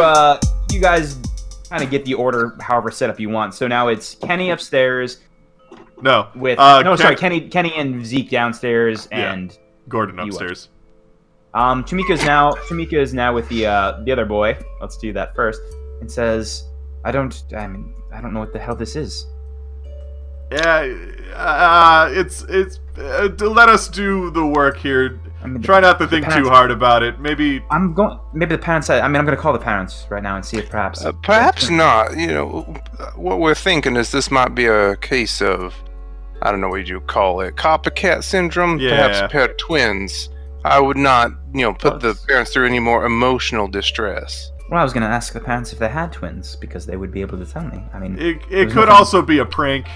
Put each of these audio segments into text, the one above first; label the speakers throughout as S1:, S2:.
S1: uh, guys kind of get the order however set up you want. So now it's Kenny upstairs
S2: No.
S1: with
S2: uh,
S1: no,
S2: Ken-
S1: sorry, Kenny, Kenny and Zeke downstairs,
S2: Yeah.
S1: and
S2: Gordon
S1: up.
S2: upstairs.
S1: um, Tamika's now Tamika is now with the uh, the other boy. Let's do that first. And says, "I don't, I mean, I don't know what the hell this is."
S2: Yeah. Uh, it's it's. Uh, d- let us do the work here.
S1: I mean, the-
S2: Try not to think
S1: parents-
S2: too hard about it. Maybe.
S1: I'm going. Maybe the parents. I mean, I'm going to call the parents right now and see if perhaps.
S3: Uh, perhaps not. You know, what we're thinking is this might be a case of, I don't know what you call it, copycat syndrome. Perhaps
S2: Yeah.
S3: a pair of twins. I would not, you know, put the
S1: That's-
S3: parents through any more emotional distress.
S1: Well, I was going to ask the parents if they had twins because they would be able to tell me. I mean,
S2: It, it
S1: There's
S2: could
S1: nothing-
S2: also be a prank.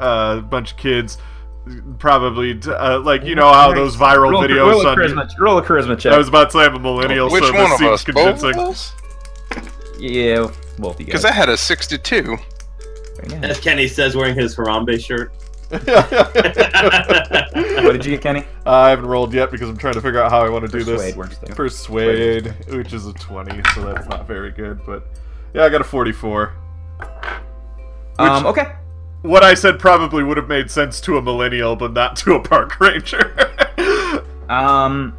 S2: A bunch of kids, probably uh, like you know how those viral
S1: roll, a-
S2: videos
S1: roll a
S2: on.
S1: charisma, roll a charisma check.
S2: I was about to say I'm a millennial,
S3: Which
S2: so
S3: one
S2: this
S3: of
S2: seems
S3: us? Both of
S2: convincing.
S3: us?
S1: yeah, well, you guys.
S3: Because I had a 62.
S1: Yeah.
S4: As Kenny says, wearing his Harambe shirt.
S1: what did you get, Kenny?
S2: I haven't rolled yet because I'm trying to figure out how I want to do this.
S1: Persuade works there.
S2: Persuade, which is a 20, so that's not very good, but yeah, I got a 44.
S1: Um, okay.
S2: What I said probably would have made sense to a millennial, but not to a park ranger.
S1: Um.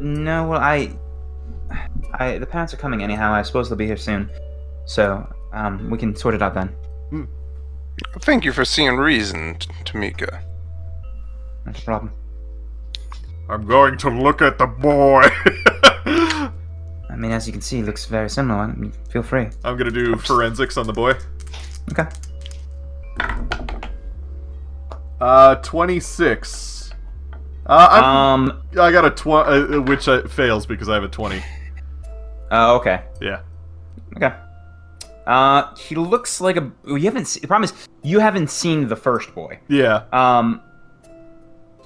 S1: No, well, I, I the parents are coming anyhow. I suppose they'll be here soon, so um, we can sort it out then.
S3: Thank you for seeing reason, T- Tamika.
S1: No problem.
S2: I'm going to look at the boy.
S1: I mean, as you can see, it looks very similar. I mean, feel free.
S2: I'm gonna do forensics on the boy.
S1: Okay.
S2: Uh, 26. Uh, I'm,
S1: Um.
S2: I got a tw- uh, which uh, fails because I have a 20.
S1: Oh, okay.
S2: Yeah.
S1: Okay. Uh, he looks like a. You haven't. Se- the problem is, you haven't seen the first boy.
S2: Yeah.
S1: Um,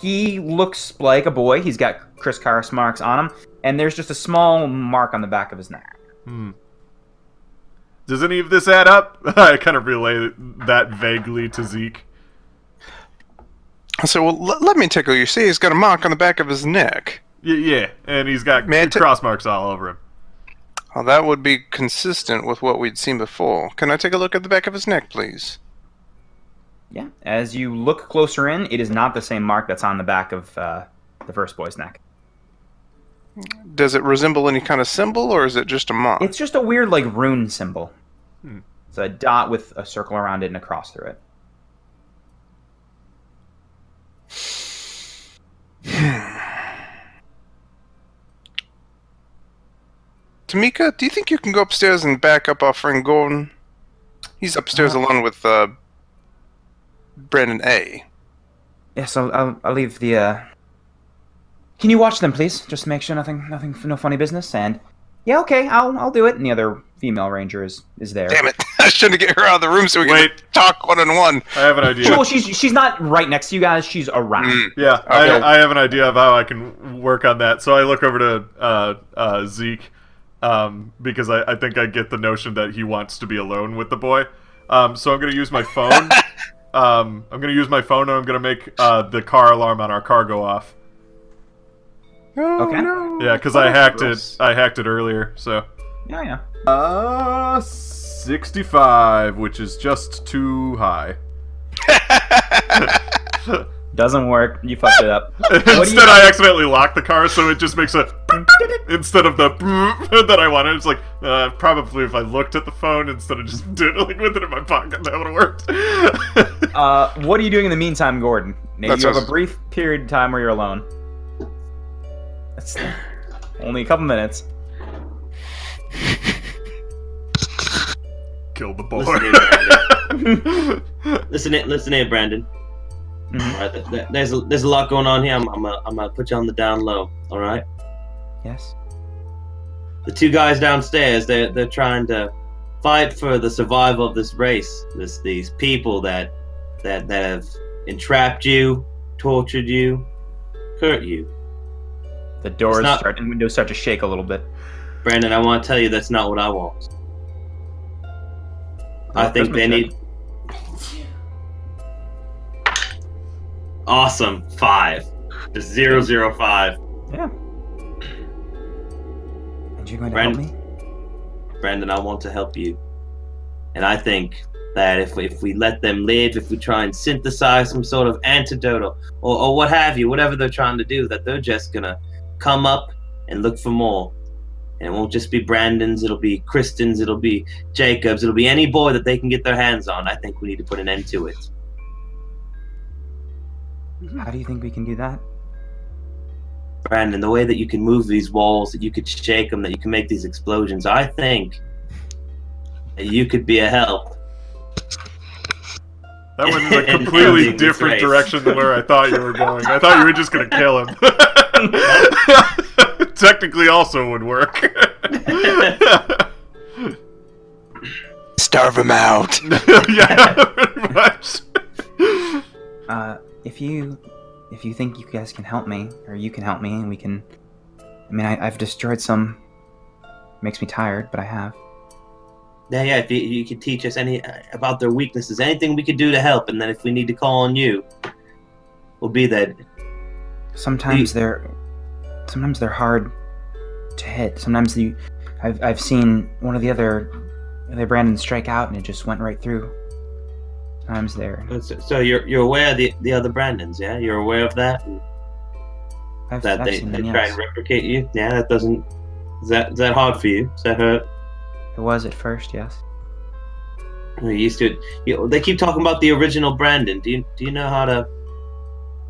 S1: he looks like a boy. He's got Chris Kairos marks on him, and there's just a small mark on the back of his neck.
S2: Hmm. Does any of this add up? I kind of relay that vaguely to Zeke.
S3: I said, well, l- let me tickle you. See, he's got a mark on the back of his neck.
S2: Y- yeah, and he's got
S3: Man, t-
S2: cross marks all over him.
S3: Oh, that would be consistent with what we'd seen before. Can I take a look at the back of his neck, please?
S1: Yeah. As you look closer in, it is not the same mark that's on the back of uh, the first boy's neck.
S3: Does it resemble any kind of symbol, or is it just a mark?
S1: It's just a weird, like, rune symbol.
S2: Hmm.
S1: It's a dot with a circle around it and a cross through it.
S3: Tamika, do you think you can go upstairs and back up our friend Gordon? He's upstairs alone with uh, Brandon A.
S1: Yes, I'll, I'll, I'll leave the. Uh... Can you watch them, please? Just to make sure nothing, nothing, no funny business. And yeah, okay, I'll, I'll do it. And the other female ranger is is there.
S3: Damn it! I shouldn't get her out of the room so we
S2: Wait.
S3: can talk one on one.
S2: I have an idea.
S1: Well, she's she's not right next to you guys. She's around.
S3: Mm.
S2: Yeah,
S3: Okay.
S2: I, I have an idea of how I can work on that. So I look over to uh, uh, Zeke um, because I, I think I get the notion that he wants to be alone with the boy. Um, so I'm going to use my phone. um, I'm going to use my phone and I'm going to make uh, the car alarm on our car go off.
S3: Oh,
S1: Okay.
S3: no.
S2: Yeah, because
S3: Oh,
S2: I hacked it. I hacked it earlier. So.
S1: Yeah, yeah.
S2: Uh, 65, which is just too high.
S1: Doesn't work. You fucked it up. What do you-
S2: Instead, I accidentally locked the car, so it just makes a instead of the that I wanted. It's like uh, probably if I looked at the phone instead of just doodling with it in my pocket, that would have worked.
S1: Uh, what are you doing in the meantime, Gordon? Maybe
S3: That's
S1: you have
S3: us.
S1: a brief period of time where you're alone. That's only a couple minutes.
S2: Kill the
S4: Listen here, Brandon.
S2: boy.
S4: listen, here- listen here, Brandon.
S1: Mhm.
S4: All right, th- th- there's a, there's a lot going on here. I'm I'm gonna, I'm gonna put you on the down low. All right.
S1: Yes.
S4: The two guys downstairs, they're they're trying to fight for the survival of this race. This these people that that that have entrapped you, tortured you, hurt you.
S1: The doors
S4: It's not-
S1: start and windows start to shake a little bit.
S4: Brandon, I want to tell you that's not what I want. I think they need. Awesome. Five. Just zero, zero, five.
S1: Yeah. And you're going to
S4: Brandon-
S1: help me?
S4: Brandon, I want to help you. And I think that if we, if we let them live, if we try and synthesize some sort of antidote or, or, or what have you, whatever they're trying to do, that they're just going to come up and look for more. And it won't just be Brandon's, it'll be Kristen's, it'll be Jacob's, it'll be any boy that they can get their hands on. I think we need to put an end to it.
S1: How do you think we can do that?
S4: Brandon, the way that you can move these walls, that you could shake them, that you can make these explosions, I think that you could be a help.
S2: That went in a completely
S4: Ending this
S2: different
S4: race.
S2: direction than where I thought you were going. I thought you were just gonna kill him. Technically, also would work.
S3: Starve him out.
S2: yeah, pretty much.
S1: Uh, if you if you think you guys can help me, or you can help me, and we can. I mean, I, I've destroyed some. Makes me tired, but I have.
S4: Yeah, yeah. If you, you could teach us any about their weaknesses, anything we could do to help, and then if we need to call on you, we'll be there.
S1: Sometimes they're sometimes they're hard to hit. Sometimes you, I've I've seen one of the other, the Brandon strike out, and it just went right through. Sometimes they're.
S4: Uh, So, so you're you're aware of the the other Brandons, yeah? You're aware of that
S1: I've,
S4: that
S1: I've
S4: they,
S1: seen
S4: they
S1: them.
S4: try
S1: Yes,
S4: and replicate you. Yeah, that doesn't. Is that is that hard for you? Does that hurt?
S1: it was at first. Yes.
S4: You're used to it. You, they keep talking about the original Brandon. Do you do you know how to?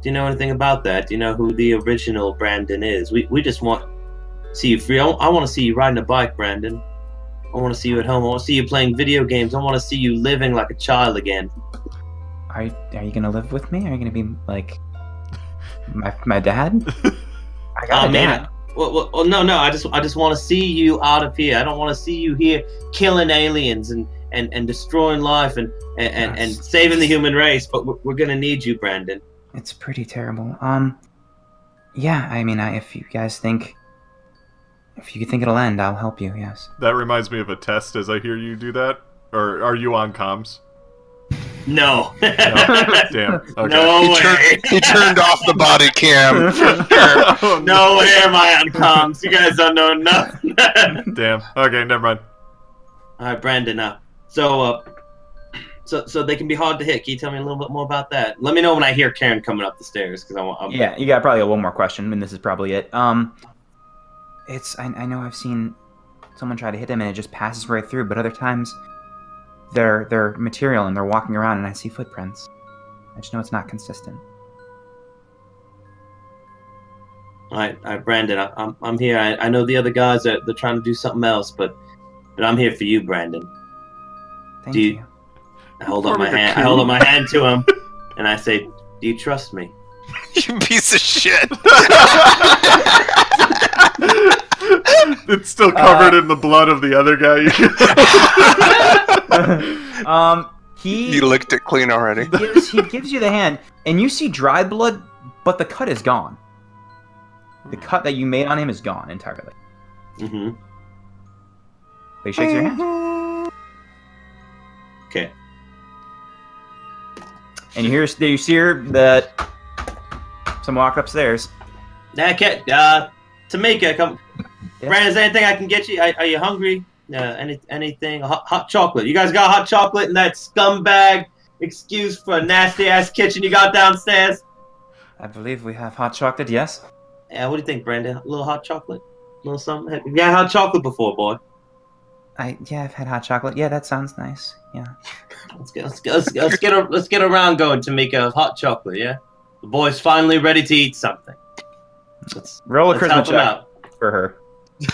S4: Do you know anything about that? Do you know who the original Brandon is? We we just want to see you free. I, I want to see you riding a bike, Brandon. I want to see you at home. I want to see you playing video games. I want to see you living like a child again.
S1: Are you, are you gonna live with me? Are you gonna be like my my dad? I got
S4: Oh,
S1: a
S4: man.
S1: dad.
S4: Well, well, well, no, no. I just I just want to see you out of here. I don't want to see you here killing aliens and and and destroying life and and and, and
S1: Yes.
S4: saving the human race. But we're, we're gonna need you, Brandon.
S1: It's pretty terrible. Um, yeah. I mean, I, if you guys think if you think it'll end, I'll help you. Yes.
S2: That reminds me of a test. As I hear you do that, or are you on comms?
S4: No.
S2: No. Damn. Okay.
S4: No
S3: he,
S4: way.
S3: turned, he turned off the body cam.
S2: Oh,
S4: No way am I on comms. You guys don't know nothing. All
S2: Damn. Okay, never mind.
S4: right, Brandon. Uh, so, uh, so, so they can be hard to hit. Can you tell me a little bit more about that? Let me know when I hear Karen coming up the stairs because I want. I'm,
S1: Yeah, you got probably one more question, and this is probably it. Um, it's I, I know I've seen someone try to hit him, and it just passes right through. But other times, they're they're material, and they're walking around, and I see footprints. I just know it's not consistent.
S4: All right, all right, Brandon. I, I'm, I'm here. I, I know the other guys are they're trying to do something else, but, but I'm here for you, Brandon.
S1: Thank
S4: Do you-
S1: you.
S4: I hold up my
S2: Forming a
S4: hand. I
S2: coup.
S4: hold up my hand to him, and I say, "Do you trust me?"
S3: you piece of shit.
S2: it's still
S1: Uh,
S2: covered in the blood of the other guy.
S1: um, he
S3: You licked it clean already.
S1: he gives, he gives you the hand, and you see dry blood, but the cut is gone. The cut that you made on him is gone entirely.
S4: hmm
S1: But he shakes your hand,
S4: Okay.
S1: and you hear you see her that someone walked upstairs.
S4: Nah, cat. Uh, Tamika, come.
S1: Yeah.
S4: Brandon, is there anything I can get you? Are, are you hungry? Uh, any anything? Hot, hot chocolate. You guys got hot chocolate in that scumbag excuse for a nasty ass kitchen you got downstairs?
S1: I believe we have hot chocolate. Yes.
S4: Yeah. What do you think, Brandon? A little hot chocolate? A little something? You got hot chocolate before, boy?
S1: I yeah, I've had hot chocolate. Yeah, that sounds nice. Yeah.
S4: Let's get let's get let's, let's get a, let's get around going, Tamika. Hot chocolate, yeah. The boy's finally ready to eat something. Let's,
S1: Roll a
S4: let's
S1: charisma
S4: help him
S1: check
S4: out.
S1: for her.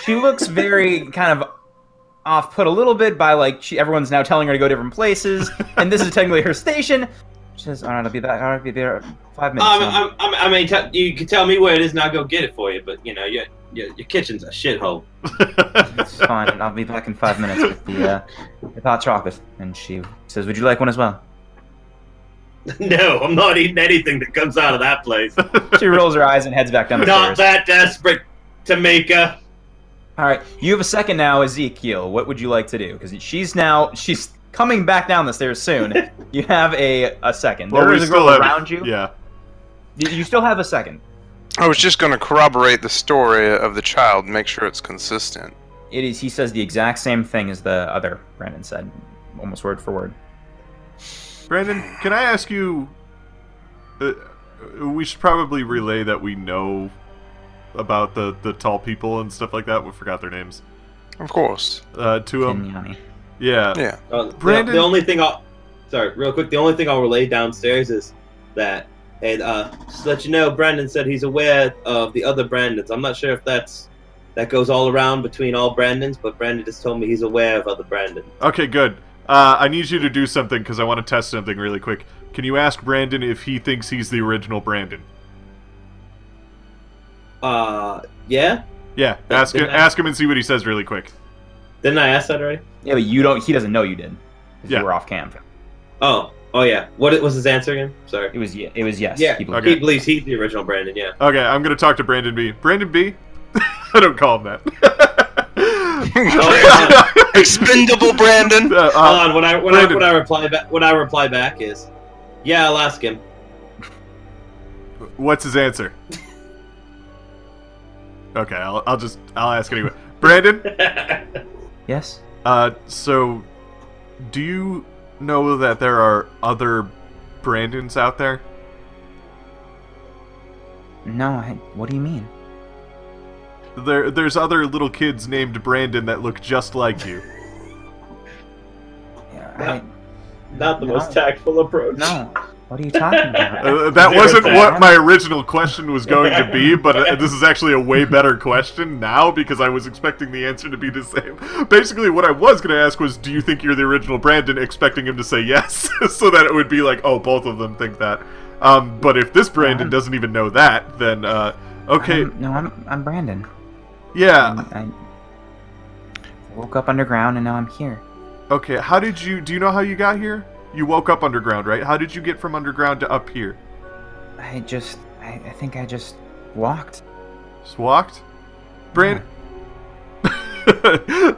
S1: She looks very kind of off put a little bit by like she, everyone's now telling her to go different places, and this is technically her station. She says, "All right, I'll be back. All right, I'll be there in five minutes."
S4: Um,
S1: Um,
S4: I'm, I'm, I mean, t- you can tell me where it is, and I'll go get it for you. But you know, your your, your kitchen's a shithole.
S1: it's fine. and I'll be back in five minutes with the, uh, with hot chocolate. And she says, "Would you like one as well?"
S4: no, I'm not eating anything that comes out of that place.
S1: She rolls her eyes and heads back down the
S4: not
S1: stairs.
S4: that desperate, Tamika.
S1: All right, you have a second now, Ezekiel. What would you like to do? Because she's now she's coming back down the stairs soon. you have a a second.
S2: Well,
S1: there
S2: we
S1: is a
S2: still
S1: girl
S2: have-
S1: around you.
S2: yeah.
S1: You- You still have a second.
S3: I was just going to corroborate the story of the child, make sure it's consistent.
S1: It is. He says the exact same thing as the other Brandon said, almost word for word.
S2: Brandon, can I ask you? Uh, we should probably relay that we know about the the tall people and stuff like that. We forgot their names.
S3: Of course.
S2: Uh, to them,
S1: Kenyani.
S2: yeah.
S3: Yeah.
S4: Uh, the-
S2: Brandon-
S4: The, only thing I'll sorry, real quick. The only thing I'll relay downstairs is that, and uh, just to let you know, Brandon said he's aware of the other Brandons. I'm not sure if that's that goes all around between all Brandons, but Brandon just told me he's aware of other Brandons.
S2: Okay, good. Uh, I need you to do something because I want to test something really quick. Can you ask Brandon if he thinks he's the original Brandon?
S4: Uh, yeah.
S2: Yeah,
S4: Yeah,
S2: ask him,
S4: didn't I-
S2: ask him and see what he says really quick.
S4: Didn't I ask that already?
S1: Yeah, but you don't. He doesn't know you did. 'cause
S2: Yeah.
S1: You were off camp.
S4: Oh, oh yeah. What was his answer again? Sorry.
S1: It was. ye- It was yes.
S4: Yeah.
S1: People-
S2: Okay.
S4: He believes he's the original Brandon. Yeah.
S2: Okay, I'm gonna talk to Brandon B. Brandon B. I don't call him that.
S3: Expendable Brandon.
S2: Uh, uh,
S4: Hold on. When I when
S2: Brandon.
S4: I when I reply back, when I reply back is, yeah, I'll ask him.
S2: What's his answer? Okay, I'll, I'll just I'll ask anyway. Brandon,
S1: Yes.
S2: uh, so do you know that there are other Brandons out there?
S1: No. I, what do you mean?
S2: There there's other little kids named Brandon that look just like you.
S1: Yeah,
S4: Not-
S1: I-
S4: Not the
S1: no,
S4: most tactful approach.
S1: No. What are you talking about?
S2: Uh, that
S4: Zero
S2: wasn't
S4: tact.
S2: what my original question was going to be, but uh, this is actually a way better question now because I was expecting the answer to be the same. Basically, what I was going to ask was, do you think you're the original Brandon? Expecting him to say yes, so that it would be like, oh, both of them think that. Um, but if this Brandon
S1: Um.
S2: doesn't even know that, then uh, okay,
S1: I'm- no, I'm I'm Brandon.
S2: yeah,
S1: I, I woke up underground and now I'm here.
S2: okay. How did you? Do you know how you got here? You woke up underground, right? How did you get from underground to up here?
S1: I just I, I think I just walked.
S2: Just walked. Brand-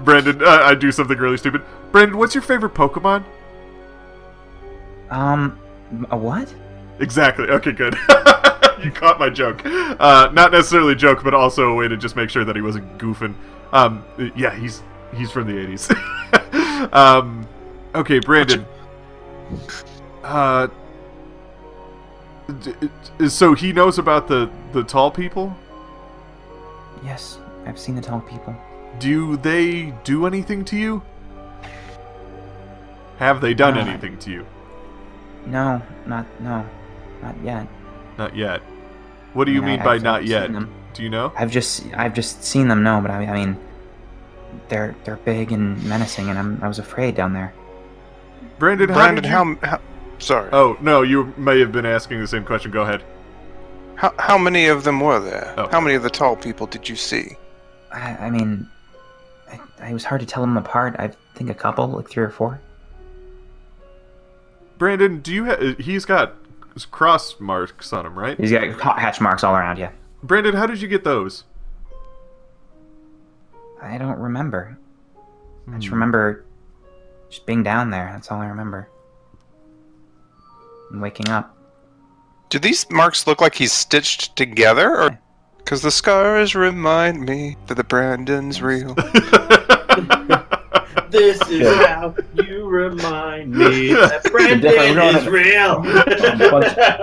S2: Brandon, uh, I do something really stupid. Brandon, what's your favorite Pokemon?
S1: Um, a what?
S2: Exactly. Okay, good. you caught my joke. Uh, not necessarily a joke, but also a way to just make sure that he wasn't goofing. Um, yeah, he's he's from the '80s. um, okay, Brandon. Uh, d- d- so he knows about the the tall people.
S1: Yes, I've seen the tall people.
S2: Do they do anything to you? Have they done
S1: No.
S2: anything to you?
S1: No, not no, not yet.
S2: Not yet. What do you
S1: I-
S2: mean
S1: I've-
S2: by
S1: I've
S2: not
S1: seen
S2: yet?
S1: them.
S2: Do you know?
S1: I've just I've just seen them. No, but I, I mean, they're they're big and menacing, and I'm I was afraid down there.
S2: Brandon, how
S3: Brandon,
S2: did you...
S3: how, how? Sorry.
S2: Oh, no, you may have been asking the same question. Go ahead.
S3: How, how many of them were there?
S2: Oh.
S3: How many of the tall people did you see?
S1: I, I mean, I, it was hard to tell them apart. I think a couple, like three or four.
S2: Brandon, do you ha- he's got cross marks on him, right?
S1: He's got hot hatch marks all around you.
S2: Brandon, how did you get those?
S1: I don't remember. I just
S2: Hmm.
S1: remember just being down there. That's all I remember. And waking up.
S3: Do these marks look like he's stitched together, or? Because the scars remind me that the Brandon's real.
S4: This is
S1: Yeah.
S4: how you remind me that
S1: Definitely, we're
S4: Brandon
S1: going
S4: is
S1: in-
S4: real.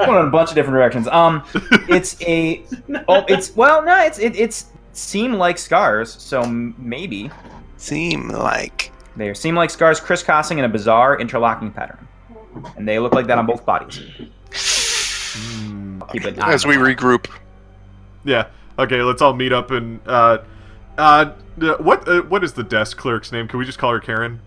S1: going in a bunch of different directions. Um, it's a, oh, it's well, no, it's it, it's seem like scars. So m- maybe
S3: Seem like.
S1: they seem like scars crisscrossing in a bizarre interlocking pattern, and they look like that on both bodies.
S2: Hmm.
S1: Keep an eye
S3: As
S1: on
S3: we
S1: them.
S3: regroup.
S2: Yeah. Okay, let's all meet up and uh uh what uh, what is the desk clerk's name? Can we just call her Karen?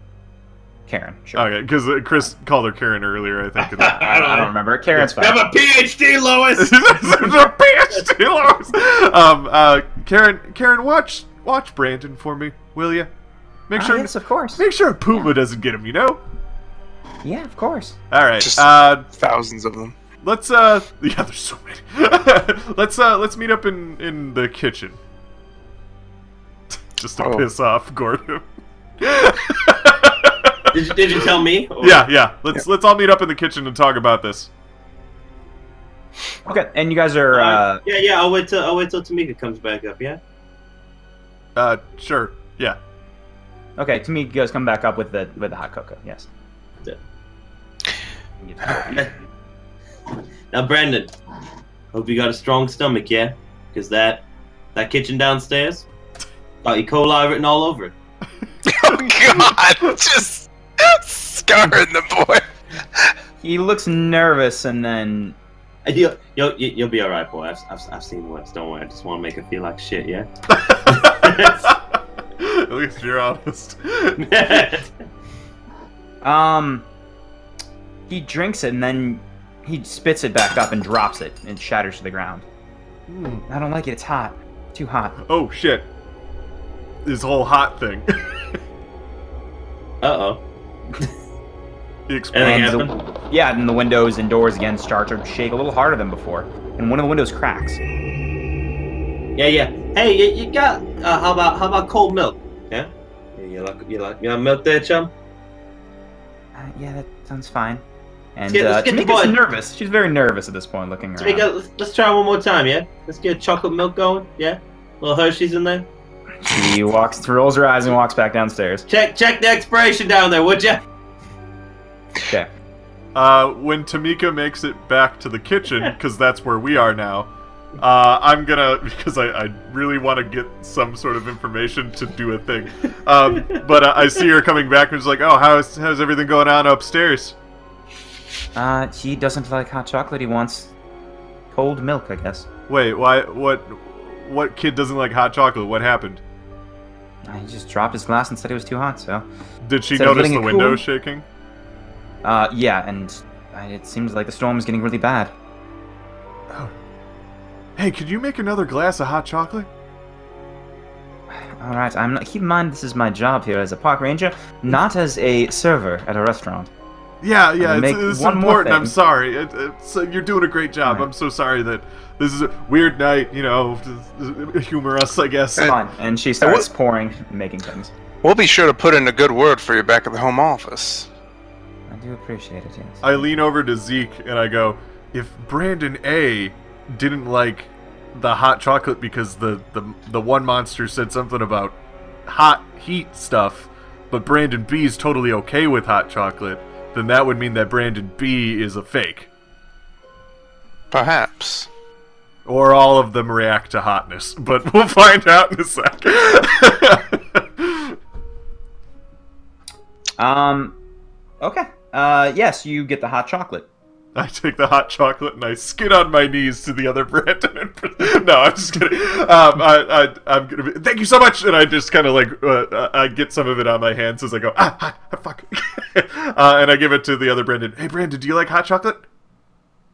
S1: Karen, sure.
S2: Okay, cuz uh, Chris called her Karen earlier, I think.
S1: I, I don't remember. Karen's fine.
S4: Have a PhD, Lois.
S2: The PhD lawyers. Um uh Karen Karen watch watch Brandon for me, will you? Make
S1: Ah,
S2: sure
S1: yes, of course.
S2: make sure Puma doesn't get him, you know?
S1: Yeah, of course.
S2: All right.
S3: Just-
S2: Uh
S3: Thousands of them.
S2: let's uh yeah, there's so many. let's uh let's meet up in in the kitchen. Just to
S3: Oh.
S2: piss off Gordon.
S4: Did you, did you tell me? Or-
S2: Yeah, yeah. Let's let's all meet up in the kitchen and talk about this.
S1: Okay, and you guys are.
S4: Uh,
S1: Uh,
S4: yeah, yeah. I'll wait till I'll wait till Tamika comes back up. Yeah.
S2: Uh, sure. Yeah.
S1: Okay, Tamika's come back up with the with the hot cocoa. Yes.
S4: Yeah. Now, Brandon, hope you got a strong stomach, yeah? Because that that kitchen downstairs got E. coli written all over it.
S3: Oh God! Just scarring the boy.
S1: He looks nervous, and then
S4: And You'll, you'll, you- you'll be all right, boy. I've, I've, I've seen worse. Don't worry. I just want to make her feel like shit, yeah?
S2: At least you're honest.
S1: um, he drinks it, and then he spits it back up and drops it, and shatters to the ground.
S2: Hmm.
S1: I don't like it. It's hot. Too hot.
S2: Oh shit! This whole hot thing.
S4: Uh-oh.
S2: he
S4: Anything
S2: explodes.
S1: And the-
S4: happened?
S1: Yeah, and the windows and doors again start to shake a little harder than before, and one of the windows cracks.
S4: Yeah, yeah. Hey, you, you got, uh, how about, how about cold milk? Yeah? Yeah, You like, you like, you like milk there, chum?
S1: Uh, yeah, that sounds fine. And
S4: Let's get-
S1: uh,
S4: let's get the
S1: Tamika's
S4: boy.
S1: nervous. She's very nervous at this point, looking
S4: Let's, make a,
S1: around.
S4: let's, let's try one more time, yeah? Let's get chocolate milk going, yeah? Little Hershey's in there.
S1: She walks, rolls her eyes, and walks back downstairs.
S4: Check, check the expiration down there, would ya?
S1: Okay.
S2: Uh, when Tamika makes it back to the kitchen, because that's where we are now, uh, I'm gonna because I, I really want to get some sort of information to do a thing. Um, but uh, I see her coming back and it's like, oh, how's how's everything going on upstairs?
S1: Uh, she doesn't like hot chocolate. He wants cold milk, I guess.
S2: Wait, why? What? What kid doesn't like hot chocolate? What happened?
S1: Uh, he just dropped his glass and said it was too hot. So,
S2: Did she
S1: Instead of
S2: notice
S1: letting
S2: the
S1: it
S2: window
S1: cool?
S2: shaking?
S1: uh, yeah, and uh, it seems like the storm is getting really bad.
S2: Hey, could you make another glass of hot chocolate?
S1: All right, I'm not. Keep in mind, this is my job here as a park ranger, not as a server at a restaurant.
S2: Yeah, yeah,
S1: gonna
S2: it's,
S1: make
S2: it's
S1: one more
S2: important. I'm
S1: thing.
S2: sorry. It, it's, you're doing a great job.
S1: Alright.
S2: I'm so sorry that this is a weird night. You know, just- just humor us, I guess.
S1: It's fine. And she starts pouring, and making things.
S3: We'll be sure to put in a good word for you back at the home office.
S1: I do appreciate it. Yes.
S2: I lean over to Zeke and I go, "If Brandon A didn't like the hot chocolate because the the the one monster said something about hot heat stuff, but Brandon B is totally okay with hot chocolate, then that would mean that Brandon B is a fake,
S3: Perhaps.
S2: or all of them react to hotness. But we'll find out in a sec."
S1: Um, okay. Uh, yes, you get the hot chocolate.
S2: I take the hot chocolate and I skid on my knees to the other Brandon. and Br- no, I'm just kidding. Um, I, I, I'm gonna be, thank you so much, and I just kind of like uh, uh, I get some of it on my hands as I go ah, ah, ah, fuck, uh, and I give it to the other Brandon. Hey Brandon, do you like hot chocolate?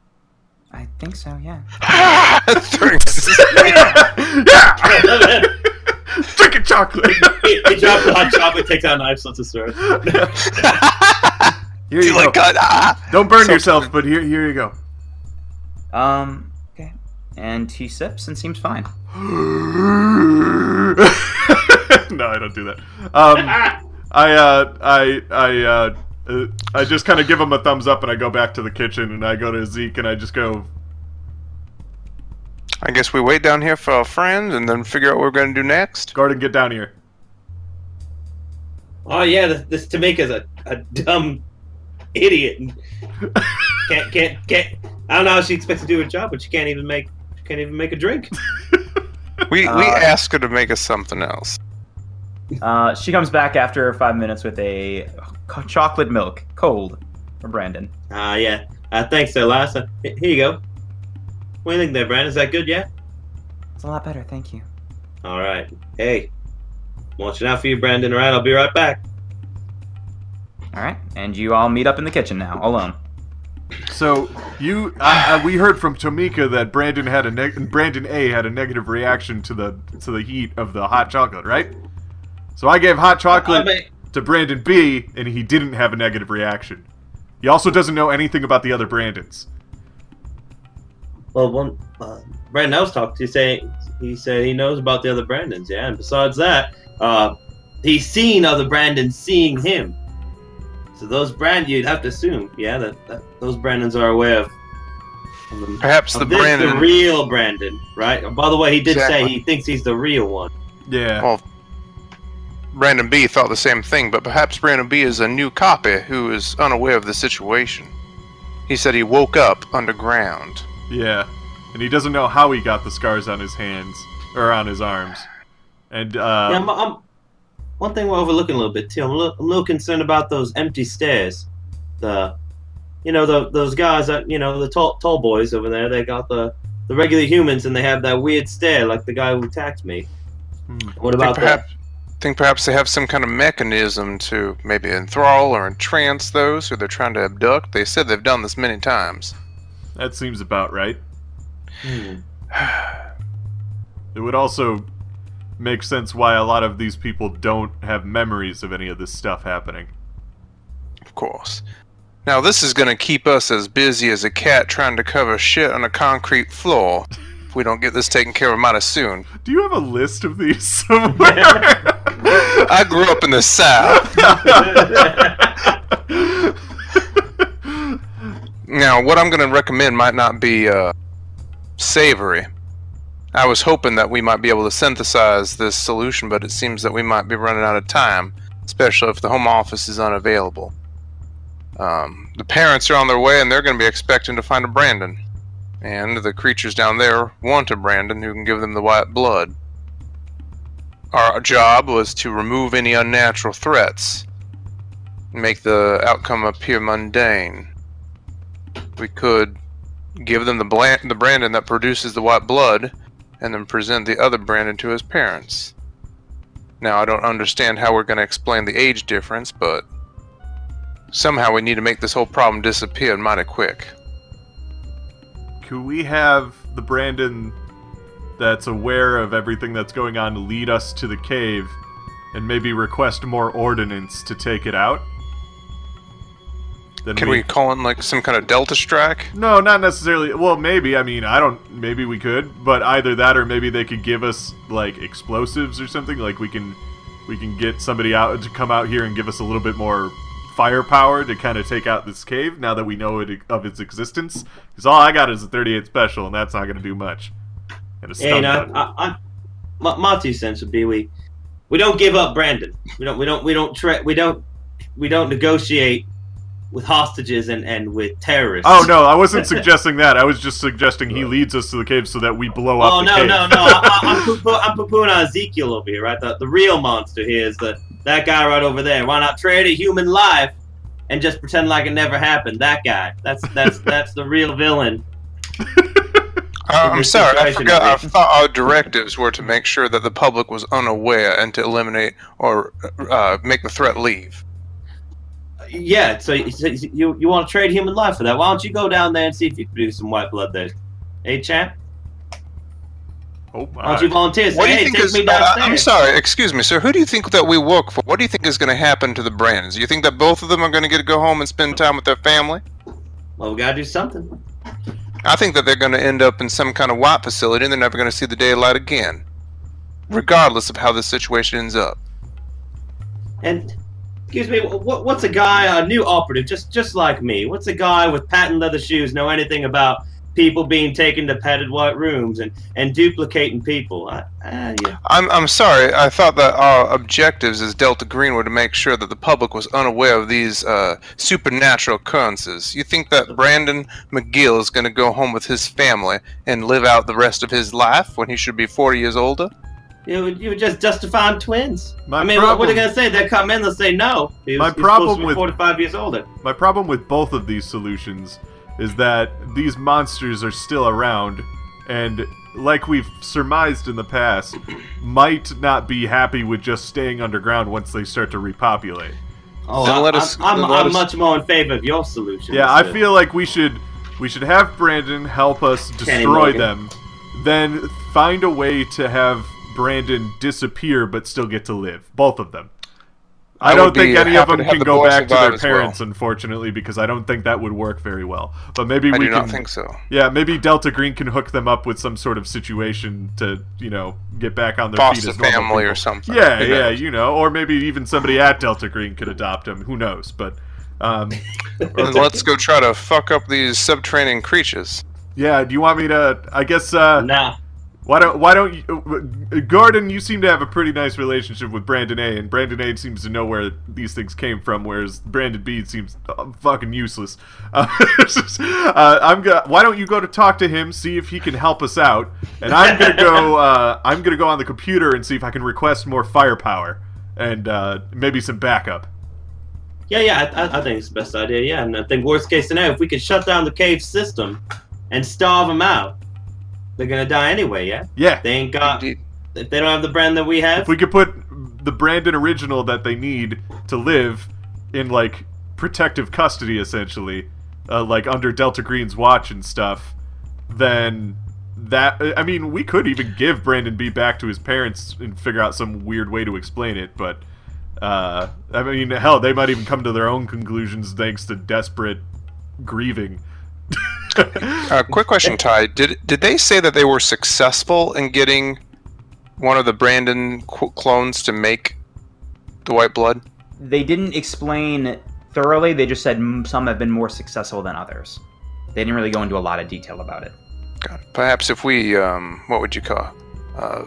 S1: I think so. Yeah.
S3: Thanks.
S2: yeah, drinking chocolate.
S4: he, he dropped the hot chocolate, takes out knives, lets us serve.
S2: Here
S3: You
S2: you
S3: like
S2: go.
S3: God? Ah!
S2: Don't burn yourself, but here here you go.
S1: Um. Okay. And he sips and seems fine.
S2: no, I don't do that. Um, I uh, I I uh, uh, I just kind of give him a thumbs up, and I go back to the kitchen, and I go to Zeke, and I just go,
S3: I guess we wait down here for our friends and then figure out what we're going to do next.
S2: "Garden, get down here."
S4: Oh yeah, this, this Tamika's a, a dumb idiot. can't can't can't. I don't know how she expects to do her job, but she can't even make she can't even make a drink.
S3: We, we
S1: Uh,
S3: ask her to make us something else.
S1: Uh, she comes back after five minutes with a co- chocolate milk, cold, for Brandon.
S4: Ah yeah, I think so, Eliza. H- Uh, Here you go. What do you think there, Brandon? Is that good? Yeah.
S1: It's a lot better, thank you.
S4: All right. Hey, watching out for you, Brandon. All right, I'll be right back.
S1: All right, and you all meet up in the kitchen now, alone.
S2: So you, I, I, we heard from Tomika that Brandon had a neg- Brandon A had a negative reaction to the to the heat of the hot chocolate, right? So I gave hot
S4: I
S2: chocolate
S4: mean,
S2: to Brandon B, and he didn't have a negative reaction. He also doesn't know anything about the other Brandons.
S4: well, one uh, Brandon I was talking to saying he said he knows about the other Brandons. Yeah, and besides that, uh, he's seen other Brandons seeing him. So those Brand, you'd have to assume, yeah, that, that those Brandons are aware of. of the-
S3: Perhaps the
S4: of this, the
S3: Brandon.
S4: real Brandon, right? And by the way, he did say
S3: Exactly.
S4: he thinks he's the real one.
S2: Yeah.
S3: Well, Brandon B thought the same thing, but perhaps Brandon B is a new copy who is unaware of the situation. He said he woke up underground.
S2: Yeah, and he doesn't know how he got the scars on his hands or on his arms. And uh,
S4: Yeah, I'm, I'm- one thing we're overlooking a little bit too. I'm a little, I'm a little concerned about those empty stairs. The, you know, the, those guys that you know the tall tall boys over there. They got the the regular humans, and they have that weird stare, like the guy who attacked me.
S2: Hmm.
S4: What
S3: Think
S4: about that?
S3: perhaps, think perhaps they have some kind of mechanism to maybe enthrall or entrance those who they're trying to abduct. They said they've done this many times.
S2: that seems about right.
S4: Hmm.
S2: It would also make sense why a lot of these people don't have memories of any of this stuff happening.
S3: Of course. Now this is going to keep us as busy as a cat trying to cover shit on a concrete floor. If we don't get this taken care of mighty soon.
S2: Do you have a list of these somewhere?
S3: I grew up in the South. Now, what I'm going to recommend might not be uh, savory. I was hoping that we might be able to synthesize this solution, but it seems that we might be running out of time, especially if the home office is unavailable. Um, the parents are on their way, and they're going to be expecting to find a Brandon. And the creatures down there want a Brandon who can give them the white blood. Our job was to remove any unnatural threats, make the outcome appear mundane we could give them the bland, the Brandon that produces the white blood, and then present the other Brandon to his parents. Now I don't understand how we're going to explain the age difference, but somehow we need to make this whole problem disappear mighty quick.
S2: Could we have the Brandon that's aware of everything that's going on lead us to the cave and maybe request more ordinance to take it out? Then
S3: Can we call in like some kind of Delta Strike?
S2: No, not necessarily. Well, maybe. I mean, I don't. Maybe we could, but either that or maybe they could give us like explosives or something. Like we can, we can get somebody out to come out here and give us a little bit more firepower to kind of take out this cave now that we know it, of its existence. Because all I got is a 38 special, and that's not going to do much. And a
S4: Yeah, you
S2: stun
S4: know,
S2: gun.
S4: I, I, my, my two cents would be we we don't give up Brandon. We don't we don't we don't tra- we don't we don't negotiate with hostages and and with terrorists.
S2: Oh no, I wasn't suggesting that. I was just suggesting he leads us to the cave so that we blow up.
S4: Oh
S2: the
S4: no,
S2: cave.
S4: no, no! I, I, I'm, poo-poo- I'm poo-pooing on Ezekiel over here, right? The, the real monster here is the that guy right over there. Why not trade a human life and just pretend like it never happened? That guy. That's that's that's the real villain.
S3: Uh, I'm
S4: Different
S3: sorry, I
S4: situation,
S3: forgot. I
S4: right?
S3: thought our directives were to make sure that the public was unaware and to eliminate or uh, make the threat leave.
S4: Yeah. So, so you you want to trade human life for that? Why don't you go down there and see if you can do some white blood there? Hey, champ.
S2: Oh
S4: Why
S2: my.
S4: don't you volunteer? Say,
S3: What do you
S4: hey,
S3: think
S4: take
S3: is?
S4: me
S3: uh,
S4: downstairs.
S3: I'm sorry, excuse me, sir. Who do you think that we work for? What do you think is going to happen to the Brandons? Do you think that both of them are going to get to go home and spend time with their family?
S4: Well, we gotta do something.
S3: I think that they're going to end up in some kind of white facility and they're never going to see the daylight again, regardless of how this situation ends up.
S4: And excuse me, what, what's a guy, a new operative, just just like me? What's a guy with patent leather shoes know anything about people being taken to padded white rooms and and duplicating people? I, I, yeah.
S3: I'm I'm sorry. I thought that our objectives as Delta Green were to make sure that the public was unaware of these uh, supernatural occurrences. You think that Brandon McGill is going to go home with his family and live out the rest of his life when he should be 40 years older?
S4: You, were- you were just justifying twins.
S2: My
S4: I mean, what, what are
S2: problem-
S4: they gonna say? They'll come in, they'll say no. He was,
S2: My
S4: he was
S2: problem
S4: supposed to be
S2: with-
S4: forty-five years older.
S2: My problem with both of these solutions is that these monsters are still around, and like we've surmised in the past, might not be happy with just staying underground once they start to repopulate.
S4: Oh,
S3: Then
S4: I,
S3: let us-
S4: am
S3: then
S4: I'm,
S3: let
S4: I'm
S3: us-
S4: much more in favor of your solution.
S2: Yeah, I
S4: Mr.
S2: feel like we should we should have Brandon help us destroy
S4: Morgan.
S2: them, then find a way to have Brandon disappear but still get to live. Both of them. I,
S3: I
S2: don't
S3: would be
S2: think any of
S3: happy
S2: them
S3: to have
S2: can
S3: the
S2: go
S3: boy
S2: back to
S3: survive
S2: their
S3: as well.
S2: parents, unfortunately, because I don't think that would work very well. But maybe
S3: I
S2: we
S3: do
S2: can
S3: not think so.
S2: Yeah, maybe Delta Green can hook them up with some sort of situation to, you know, get back on their feet
S3: Foster
S2: as normal
S3: family
S2: people.
S3: or something.
S2: Yeah,
S3: Who
S2: yeah,
S3: knows?
S2: you know, or maybe even somebody at Delta Green could adopt him. Who knows? But, um,
S3: Then Let's go try to fuck up these subterranean creatures.
S2: yeah. Do you want me to? I guess uh,
S4: Nah,
S2: Why don't Why don't you, uh, Gordon? You seem to have a pretty nice relationship with Brandon A, and Brandon A seems to know where these things came from, whereas Brandon B seems uh, fucking useless. Uh, uh, I'm gonna. Why don't you go to talk to him, see if he can help us out, and I'm gonna go. Uh, I'm gonna go on the computer and see if I can request more firepower and uh, maybe some backup.
S4: Yeah, yeah, I, I- I think it's the best idea. Yeah, and I think worst case scenario, if we can shut down the cave system and starve them out, they're gonna die anyway. Yeah,
S2: Yeah,
S4: they ain't got.
S3: Indeed.
S4: If they don't have the brand that we have,
S2: if we could put the Brandon original that they need to live in like protective custody, essentially, uh, like under Delta Green's watch and stuff, then that I mean, we could even give Brandon B back to his parents and figure out some weird way to explain it, but. Uh, I mean, hell, they might even come to their own conclusions thanks to desperate grieving.
S3: Uh, quick question, Ty. Did did they say that they were successful in getting one of the Brandon qu- clones to make the white blood?
S1: They didn't explain thoroughly. They just said mm, some have been more successful than others. They didn't really go into a lot of detail about it.
S3: God, perhaps if we, um, what would you call, uh,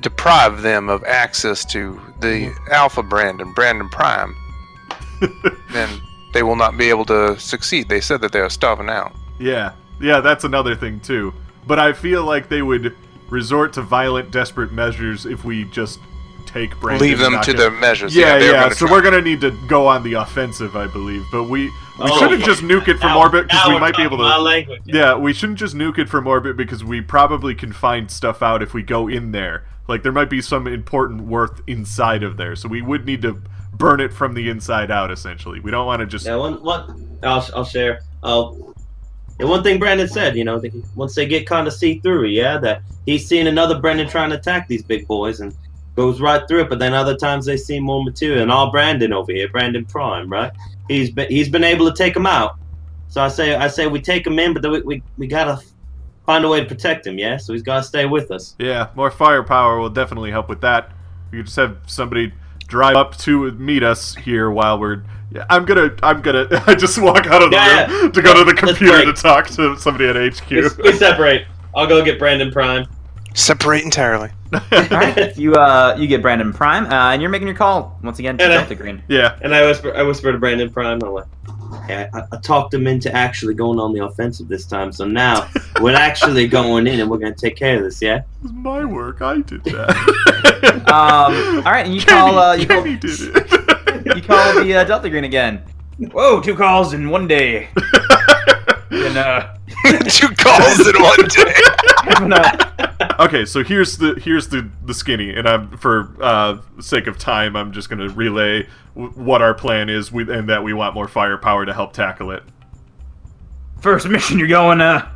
S3: deprive them of access to the Alpha Brandon, Brandon Prime, then they will not be able to succeed. They said that they are starving out.
S2: Yeah, yeah, that's another thing too. But I feel like they would resort to violent, desperate measures if we just take Brandon.
S3: Leave them
S2: knock
S3: to
S2: him-
S3: their measures.
S2: Yeah,
S3: they're
S2: yeah.
S3: gonna
S2: So
S3: try.
S2: we're gonna need to go on the offensive, I believe. But we we
S4: Oh,
S2: shouldn't
S4: yeah.
S2: just nuke it from
S4: Now-
S2: orbit because
S4: now
S2: we
S4: we're
S2: might be able
S4: talking my
S2: to.
S4: language.
S2: Yeah, we shouldn't just nuke it from orbit because we probably can find stuff out if we go in there. Like there might be some important worth inside of there, so we would need to burn it from the inside out. Essentially, we don't want to just
S4: Yeah, one, one, I'll, I'll share. Oh, and one thing Brandon said, you know, that he- once they get kind of see through, yeah, that he's seen another Brandon trying to attack these big boys and goes right through it. But then other times they see more material, and all Brandon over here, Brandon Prime, right? He's been he's been able to take him out. So I say I say we take him in, but then we, we we gotta find a way to protect him. Yeah, so he's gotta stay with us.
S2: Yeah, more firepower will definitely help with that. We could just have somebody drive up to meet us here while we're. Yeah, I'm gonna. I'm gonna. I just walk out of the
S4: Yeah,
S2: room to go to the
S4: Let's
S2: computer to
S4: break.
S2: talk to somebody at HQ.
S4: We, we separate. I'll go get Brandon Prime.
S3: separate entirely.
S1: All right, you uh, you get Brandon Prime, uh, and you're making your call once again to
S4: And I-
S1: Delta Green.
S2: yeah,
S4: And I whisper, I whisper to Brandon Prime, I'm like, "Hey, I, I talked him into actually going on the offensive this time. So now we're actually going in and we're going to take care of this, yeah?
S2: it was my work. I did that.
S1: Um, all right, and you call uh, you call,
S2: Kenny did it.
S1: you call the uh, Delta Green again. Whoa, two calls in one day. And, uh,
S3: Two calls in one day.
S1: having a-
S2: okay, so here's the here's the the skinny, and I'm for uh, sake of time, I'm just gonna relay w- what our plan is, with, and that we want more firepower to help tackle it.
S1: first mission, you're going uh,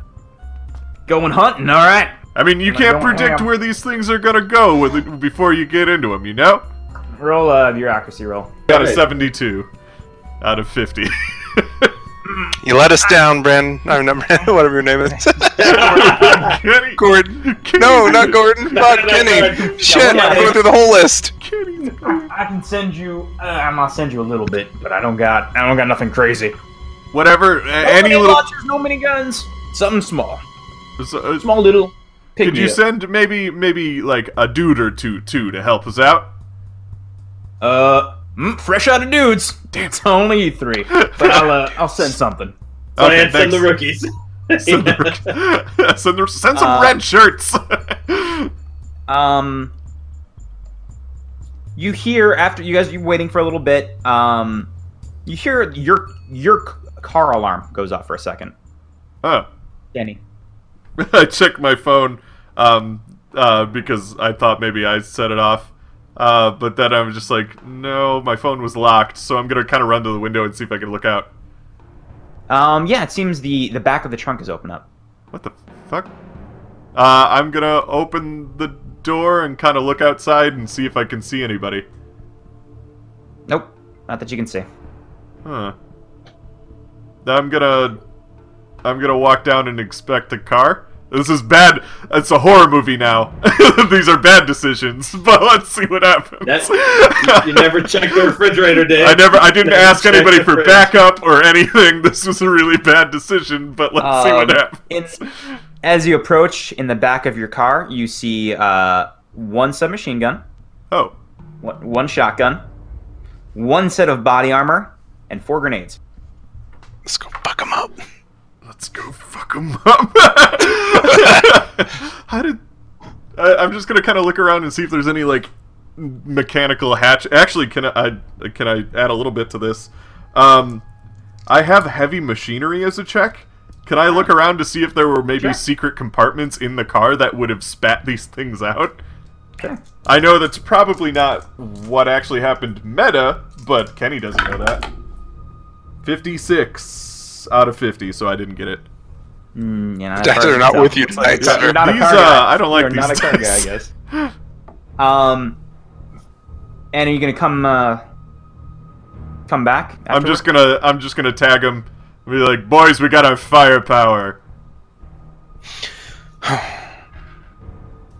S1: going hunting. All right.
S2: I mean, you
S1: And I
S2: can't
S1: don't
S2: predict
S1: have-
S2: where these things are gonna go with it before you get into them. You know,
S1: Roll a bureaucracy roll.
S2: got a
S4: Right.
S2: seventy-two out of fifty.
S3: You let us down, Brandon. No, not Brandon. Whatever your name is.
S2: Kenny,
S3: Gordon.
S2: Kenny,
S3: No, not Gordon.
S4: No,
S3: Fuck
S4: no,
S3: Kenny.
S4: Gordon.
S3: Shit,
S1: Yeah,
S3: I'm
S1: yeah.
S3: going through the whole list.
S2: Kenny.
S1: I can send you. Uh, I'm gonna send you a little bit, but I don't got. I don't got nothing crazy.
S2: Whatever. a- Any
S1: no many
S2: little.
S1: launchers, no many guns. Something small,
S2: so, uh,
S1: small little. Pick
S2: Could you send maybe maybe like a dude or two too to help us out?
S1: Uh, mm, fresh out of dudes. It's only you three, but I'll uh, I'll send something.
S4: So I had send
S2: thanks.
S4: the rookies.
S2: Send, the, send, the, send some
S1: Uh,
S2: red shirts.
S1: Um, you hear after you guys you waiting for a little bit. Um, you hear your your c- car alarm goes off for a second.
S2: oh.
S1: Danny.
S2: I checked my phone um, uh, because I thought maybe I set it off. Uh, but then I was just like, no, my phone was locked, so I'm gonna kind of run to the window and see if I can look out.
S1: Um, yeah, it seems the the back of the trunk is open up.
S2: What the fuck? Uh, I'm gonna open the door and kind of look outside and see if I can see anybody.
S1: Nope, not that you can see.
S2: Huh. I'm gonna, I'm gonna walk down and inspect the car. This is bad. It's a horror movie now. These are bad decisions, but let's see what happens.
S4: That's- You never check the refrigerator, Dave.
S2: I never. I didn't
S4: Never
S2: ask
S4: check
S2: anybody
S4: the
S2: for
S4: fridge.
S2: backup or anything. This was a really bad decision, but let's see what
S1: Um,
S2: happens.
S1: in- As you approach in the back of your car, you see uh, one submachine gun,
S2: Oh,
S1: one one shotgun, one set of body armor, and four grenades.
S3: Let's go fuck him up.
S2: let's go fuck him up. How did? I, I'm just gonna kind of look around and see if there's any like mechanical hatch. Actually, can I I- can I add a little bit to this? Um, I have heavy machinery as a check. Can I look around to see if there were maybe
S1: Sure.
S2: secret compartments in the car that would have spat these things out?
S1: Okay.
S2: I know that's probably not what actually happened meta, but Kenny doesn't know that. 56 out of 50, so I didn't get it.
S1: Mm, you know, that
S3: Dice
S1: hard
S3: are
S1: to
S3: not
S1: tell.
S3: with you
S1: It's like,
S3: tonight,
S1: you're- you're
S3: sir.
S1: not a
S2: These,
S1: car
S2: uh,
S1: guy.
S2: I don't like
S1: You're
S2: these
S1: not a car guy, I
S2: dice.
S1: guess. Um, and are you gonna come uh, come back?
S2: I'm
S1: afterward?
S2: just going to I'm just going to tag him. Be like, "Boys, we got our firepower."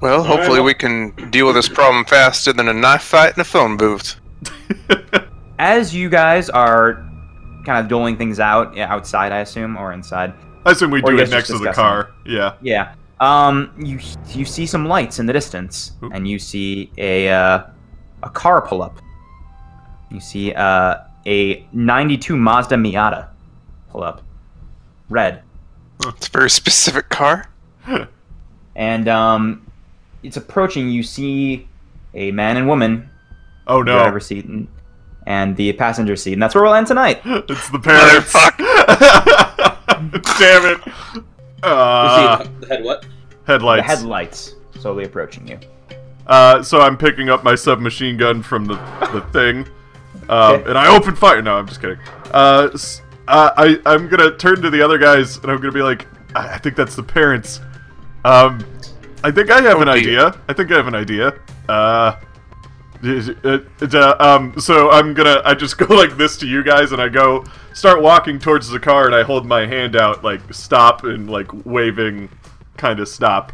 S3: Well,
S4: right,
S3: hopefully
S4: well-
S3: we can deal with this problem faster than a knife fight in a phone booth.
S1: as you guys are kind of doling things out yeah, outside, I assume, or inside.
S2: I assume we
S1: Or
S2: do
S1: you
S2: it
S1: guys
S2: next
S1: just
S2: to the
S1: discuss
S2: car. Yeah.
S1: Yeah. Um, you you see some lights in the distance,
S2: Oop.
S1: and you see a uh, a car pull up. You see uh, a '92 Mazda Miata pull up, red,
S3: It's a very specific car.
S1: and um, it's approaching. You see a man and woman
S2: Oh
S1: the
S2: no.
S1: driver's seat and, and the passenger seat, and that's where we'll end tonight.
S2: It's the parents. Damn it. Uh,
S4: the head what?
S1: The
S2: headlights.
S1: headlights slowly approaching you.
S2: Uh, so I'm picking up my submachine gun from the, the thing, um,
S1: Okay.
S2: and I open fire. No, I'm just kidding. Uh, s- uh, I I'm gonna turn to the other guys, and I'm gonna be like, I, I think that's the parents. Um, I think I have
S3: Oh,
S2: an
S3: dear.
S2: idea. I think I have an idea. Uh. It, it, it, uh, um, so I'm gonna, I just go like this to you guys, and I go start walking towards the car, and I hold my hand out, like stop, and like waving, kind of stop.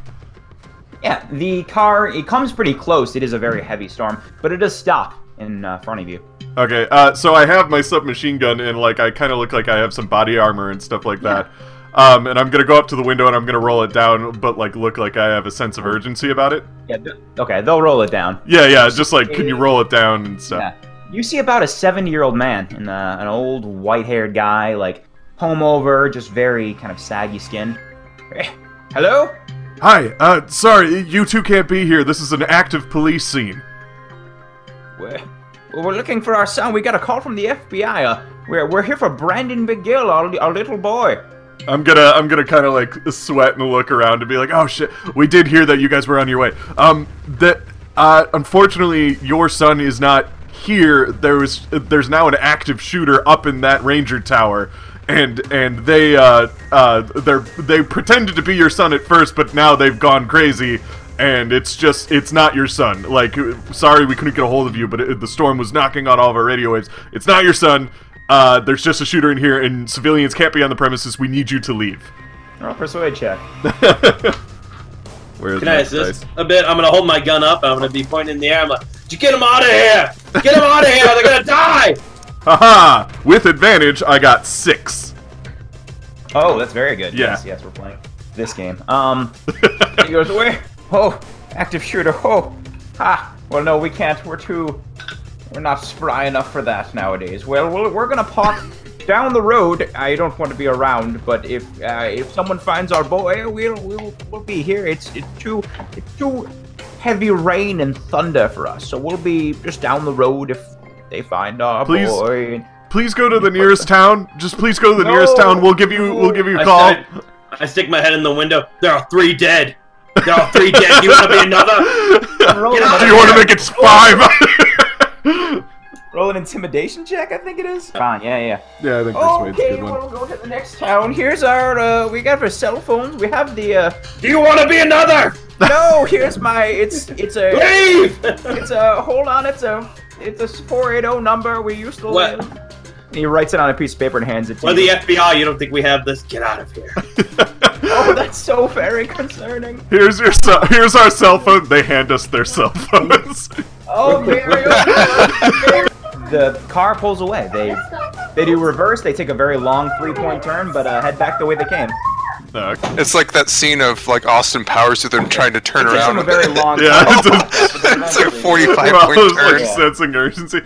S1: Yeah, the car it comes pretty close. It is a very heavy storm, but it does stop in uh, front of you.
S2: Okay, uh, so I have my submachine gun, and like I kind of look like I have some body armor and stuff like that. Um, and I'm gonna go up to the window and I'm gonna roll it down, but like look like I have a sense of urgency about it.
S1: Yeah. th- Okay, they'll roll it down.
S2: Yeah, yeah, just like can you roll it down and stuff.
S1: Yeah. You see about a 70 year old man and uh, an old white haired guy, like home over, just very kind of saggy skin. Eh, Hello?
S2: Hi, uh, sorry, you two can't be here. This is an active police scene.
S1: We're, we're looking for our son. We got a call from the FBI. Uh, we're, we're here for Brandon McGill, our, our little boy.
S2: I'm gonna, I'm gonna kind of like sweat and look around and be like, oh shit, we did hear that you guys were on your way. Um, that, uh, unfortunately, your son is not here. There was, there's now an active shooter up in that ranger tower, and and they, uh, uh, they're they pretended to be your son at first, but now they've gone crazy, and it's just, it's not your son. Like, sorry, we couldn't get a hold of you, but it, the storm was knocking on all of our radio waves. It's not your son. Uh, there's just a shooter in here, and civilians can't be on the premises. We need you to leave.
S1: Roll persuade check.
S2: Where is
S4: Can I assist a bit? I'm gonna hold my gun up. I'm gonna be pointing in the air. I'm like, "Just get him out of here! Get him out of here! They're gonna die!"
S2: Haha! With advantage, I got six.
S1: Oh, that's very good.
S2: Yeah.
S1: Yes, yes, we're playing this game. Um, he goes, where? Oh, active shooter. Oh, ha. Well, no, we can't. We're too. We're not spry enough for that nowadays. Well, we'll we're gonna park down the road. I don't want to be around, but if uh, if someone finds our boy, we'll we'll we'll be here. It's it's too it's too heavy rain and thunder for us. So we'll be just down the road if they find our
S2: Please-
S1: boy.
S2: please go to the nearest town. Just please go to the
S1: No.
S2: nearest town. We'll give you. We'll give you a call.
S4: I, start- I stick my head in the window. There are three dead. There are three dead. You wanna be another?
S1: Roll,
S4: Get out
S2: Do
S1: an,
S2: you want to make it five?
S1: roll an intimidation check. I think it is. Fine. Yeah, yeah.
S2: yeah, I think
S1: Okay, we'll go to the next town. Here's our, uh, we got our cell phones. We have the, uh,
S4: Do you wanna be another?
S1: no, here's my, it's, it's a,
S4: Leave!
S1: it's a, hold on, it's a, it's a 480 number we used to
S4: What?
S1: live. And he writes it on a piece of paper and hands it to
S4: Or the
S1: you.
S4: FBI. You don't think we have this? Get out of here.
S1: Oh, that's so very concerning.
S2: Here's your. ce- Here's our cell phone. They hand us their cell phones.
S1: Oh, very The car pulls away. They, they do reverse. They take a very long three-point turn, but uh, head back the way they came.
S2: No.
S3: It's like that scene of like Austin Powers with him trying to turn
S1: It takes him
S3: around.
S1: a
S3: with
S1: very
S3: it.
S1: long
S2: Yeah,
S1: time.
S2: it does.
S3: it's like a 45
S2: Well, I was
S3: point turn.
S2: like sensing urgency.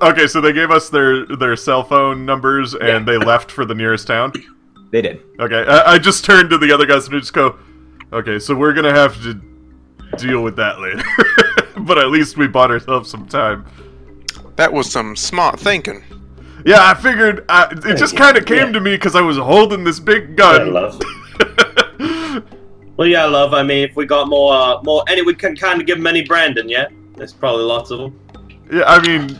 S2: Okay, so they gave us their their cell phone numbers and they left for the nearest town.
S1: They did.
S2: Okay, I, I just turned to the other guys and I just go, okay, so we're gonna have to deal with that later. but at least we bought ourselves some time.
S3: That was some smart thinking.
S2: Yeah, I figured I, it just kind of came
S4: Yeah.
S2: to me because I was holding this big
S4: I
S2: gun.
S4: love. Well, yeah, love. I mean, if we got more, uh, more, any, we can kind of give them any Brandon, yeah. There's probably lots of them.
S2: yeah, I mean,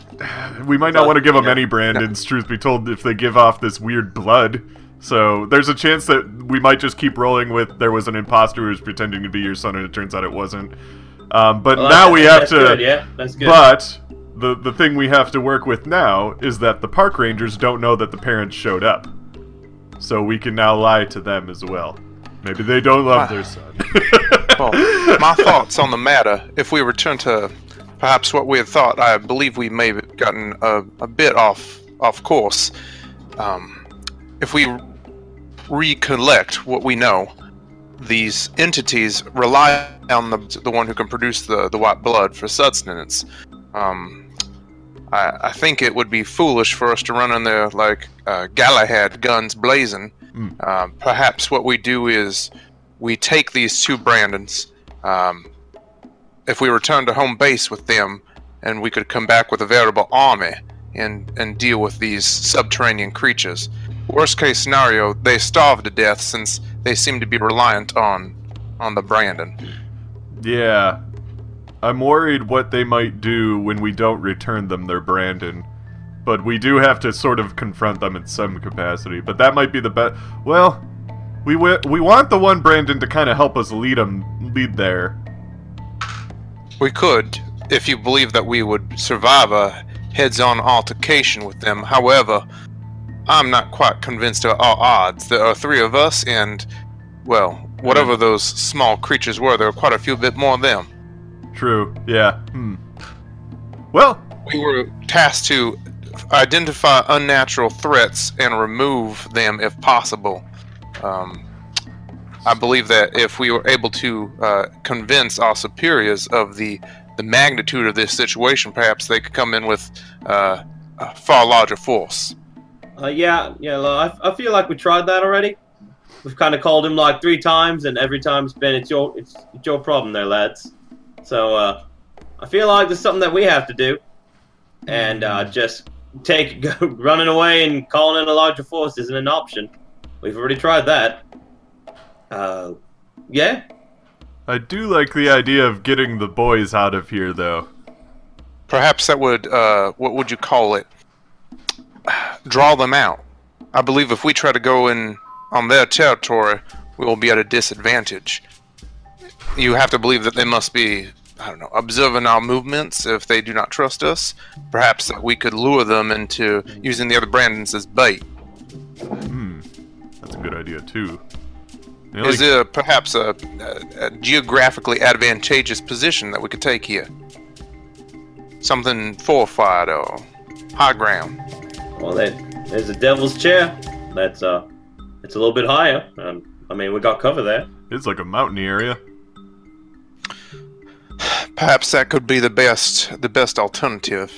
S2: we might not want to give them
S4: Yeah.
S2: any Brandons, truth be told, if they give off this weird blood. So there's a chance that we might just keep rolling with there was an imposter who was pretending to be your son and it turns out it wasn't. Um, but
S4: Well,
S2: now
S4: that's-
S2: we have
S4: that's
S2: to.
S4: Good, yeah, that's good.
S2: But the the thing we have to work with now is that the park rangers don't know that the parents showed up, so we can now lie to them as well. Maybe they don't love their son.
S3: Well, my thoughts on the matter. If we return to perhaps what we had thought, I believe we may have gotten a, a bit off off course. Um, if we recollect what we know, these entities rely on the, the one who can produce the, the white blood for sustenance. Um, I, I think it would be foolish for us to run in there like uh, Galahad, guns blazing.
S2: Mm.
S3: Uh, perhaps what we do is we take these two Brandons. Um, if we return to home base with them, and we could come back with a veritable army and and deal with these subterranean creatures. Worst case scenario, they starve to death since they seem to be reliant on on the Brandon.
S2: yeah, I'm worried what they might do when we don't return them their Brandon. But we do have to sort of confront them in some capacity. But that might be the best. Well, we w- we want the one Brandon to kind of help us lead them lead there.
S3: We could, if you believe that we would survive a heads-on altercation with them. However, I'm not quite convinced of our odds. There are three of us, and well, whatever those small creatures were, there are quite a few bit more of them.
S2: True. Yeah. Hmm. Well,
S3: We were tasked to identify unnatural threats and remove them if possible. Um, I believe that if we were able to uh, convince our superiors of the, the magnitude of this situation, perhaps they could come in with uh, a far larger force.
S4: Uh, yeah, yeah. Like, I, I feel like we tried that already. We've kind of called him like three times, and every time it's been it's your it's, it's your problem there, lads. So uh, I feel like there's something that we have to do, and uh, just take go, running away and calling in a larger force isn't an option. We've already tried that. Uh, yeah,
S2: I do like the idea of getting the boys out of here, though.
S3: Perhaps that would, uh, what would you call it? Draw them out. I believe if we try to go in on their territory, we will be at a disadvantage. You have to believe that they must be, I don't know, observing our movements if they do not trust us. Perhaps that we could lure them into using the other Brandons as bait.
S2: That's a good idea, too. You know,
S3: Is
S2: like-
S3: there perhaps a, a, a geographically advantageous position that we could take here? Something fortified or high ground.
S4: Well, there, there's a devil's chair. That's uh, it's a little bit higher. Um, I mean, we got cover there.
S2: it's like a mountainy area.
S3: Perhaps that could be the best the best alternative.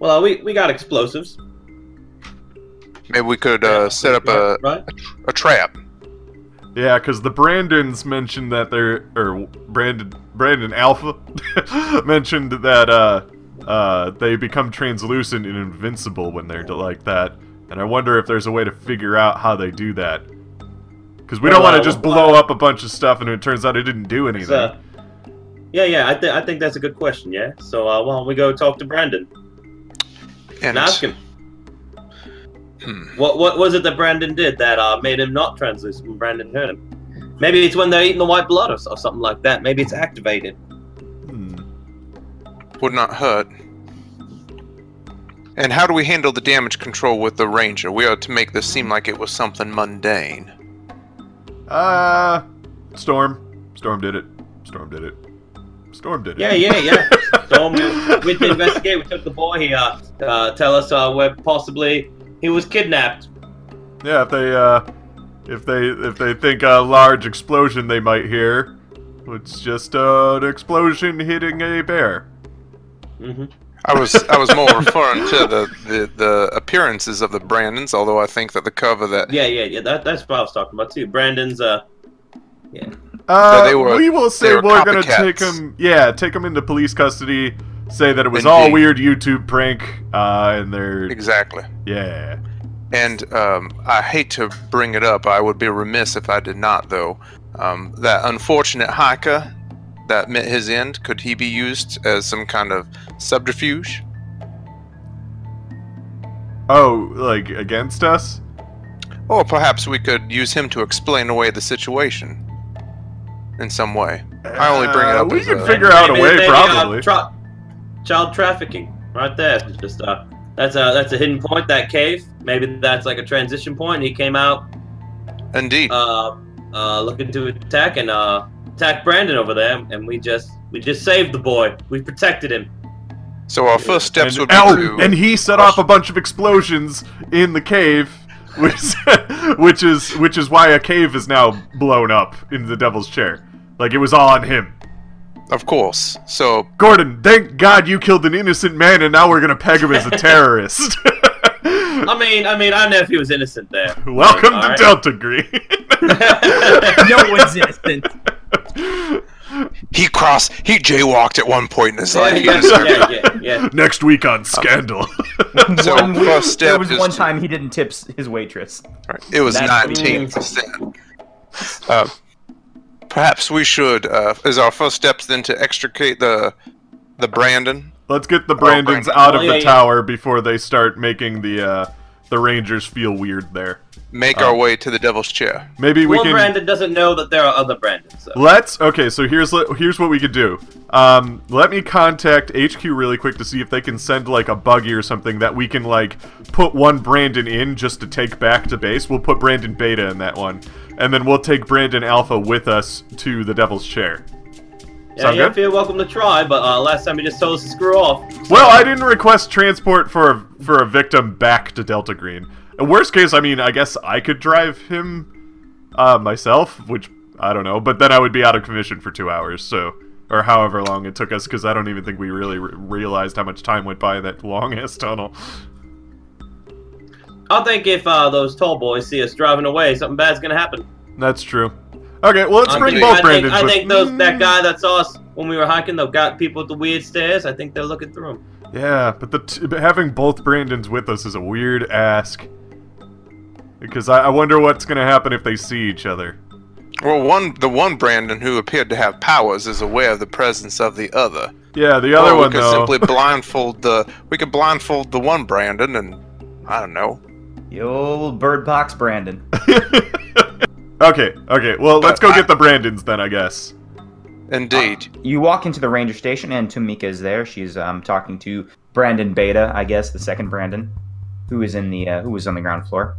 S4: Well, uh, we we got explosives.
S3: Maybe we could uh, set up a,
S4: right.
S3: a trap.
S2: Yeah, because the Brandons mentioned that they're or Brandon Brandon Alpha mentioned that uh uh they become translucent and invincible when they're like that, and I wonder if there's a way to figure out how they do that. Because we don't want to
S4: Well,
S2: just
S4: uh,
S2: blow up a bunch of stuff and it turns out it didn't do
S4: It's,
S2: anything.
S4: uh, yeah, yeah. I think I think that's a good question. Yeah. So uh, why don't we go talk to Brandon
S3: And
S4: and ask him
S3: Hmm.
S4: what what was it that Brandon did that uh, made him not translucent when Brandon hurt him? Maybe it's when they're eating the white blood or, s- or something like that. Maybe it's activated.
S2: Hmm.
S3: would not hurt. And how do we handle the damage control with the ranger? We are to make this seem like it was something mundane.
S2: Uh, Storm. Storm did it. Storm did it. Storm did it.
S4: Yeah, yeah, yeah. So um, we did investigate. We took the boy here. Uh, tell us uh, where possibly he was kidnapped.
S2: Yeah, if they uh, If they if they think a large explosion they might hear, it's just uh, an explosion hitting a bear.
S4: hmm
S3: I was I was more referring to the, the, the appearances of the Brandons, although I think that the cover that
S4: Yeah, yeah, yeah. That, that's what I was talking about too. Brandon's uh,
S2: Uh,
S3: So they were-
S2: we will say
S3: they were
S2: we're, gonna take
S3: copycats.
S2: him. Yeah, take him into police custody. Say that it was
S3: Indeed.
S2: all weird YouTube prank, uh, and they're
S3: exactly.
S2: yeah.
S3: And um, I hate to bring it up. I would be remiss if I did not, though. Um, that unfortunate hiker that met his end. Could he be used as some kind of subterfuge?
S2: Oh, like against us?
S3: Or perhaps we could use him to explain away the situation in some way. I only bring it
S2: Uh,
S3: up
S2: we
S3: as
S2: can
S3: a-
S2: figure out a
S4: maybe
S2: way,
S4: they, uh,
S2: probably.
S4: tra- child trafficking, right there. It's Just uh, that's a that's a hidden point. That cave. Maybe that's like a transition point. He came out
S3: Indeed.
S4: uh, uh, looking to attack and uh, attack Brandon over there, and we just we just saved the boy. We protected him.
S3: so our first steps
S2: and,
S3: would be
S2: oh,
S3: to.
S2: and he set off a bunch of explosions in the cave, which, which is which is why a cave is now blown up in the Devil's Chair. Like it was all on him.
S3: of course. So
S2: Gordon, thank God you killed an innocent man, and now we're gonna peg him as a terrorist.
S4: I mean, I mean, I know if he was innocent there.
S2: Welcome
S4: All
S2: to
S4: right.
S2: Delta Green.
S5: No one's innocent.
S3: he crossed. He jaywalked at one point in his
S4: yeah,
S3: life. He
S4: yeah,
S3: deserved
S4: yeah, yeah, yeah.
S2: Next week on Scandal.
S3: it. So
S1: One-
S3: first
S1: there
S3: step
S1: was
S3: is
S1: one
S3: to-
S1: time he didn't tip s- his waitress.
S3: It was
S4: That's
S3: nineteen percent. Uh,
S2: Oh.
S3: perhaps we should. Uh, is our first steps then to extricate the the Brandon?
S2: Let's get the Brandons
S3: Brandon.
S2: out of
S4: Oh, yeah,
S2: the
S4: yeah.
S2: tower before they start making the uh, the Rangers feel weird there.
S3: Make
S2: Oh.
S3: our way to the Devil's Chair.
S2: Maybe we
S4: Well,
S2: can
S4: Brandon doesn't know that there are other Brandons. So.
S2: Let's okay. So here's here's what we could do. Um, let me contact HQ really quick to see if they can send like a buggy or something that we can like put one Brandon in just to take back to base. We'll put Brandon Beta in that one, and then we'll take Brandon Alpha with us to the Devil's Chair.
S4: Yeah,
S2: Sound
S4: yeah,
S2: good?
S4: feel welcome to try, but uh, last time he just told us to screw off.
S2: Well, I didn't request transport for a, for a victim back to Delta Green. In worst case, I mean, I guess I could drive him uh, myself, which I don't know, but then I would be out of commission for two hours, so or however long it took us, because I don't even think we really re- realized how much time went by in that long ass tunnel.
S4: I think if uh, those tall boys see us driving away, something bad's gonna happen.
S2: That's true. Okay, well, let's
S4: I
S2: bring
S4: think-
S2: both
S4: I
S2: Brandons.
S4: Think, I
S2: with-
S4: think those that guy that saw us when we were hiking, though, got people at the weird stairs. I think they're looking through them.
S2: Yeah, but the t- but having both Brandons with us is a weird ask. Because I, I wonder what's gonna happen if they see each other.
S3: Well, one the one Brandon who appeared to have powers is aware of the presence of the other.
S2: Yeah, the other
S3: Or
S2: one
S3: we could
S2: though.
S3: simply blindfold the. We could blindfold the one Brandon, and I don't know.
S1: You old bird box, Brandon.
S2: okay, okay. Well, let's go get the Brandons then, I guess.
S3: Indeed.
S1: You walk into the ranger station, and Tamika is there. She's um, talking to Brandon Beta, I guess, the second Brandon, who is in the uh, who was on the ground floor.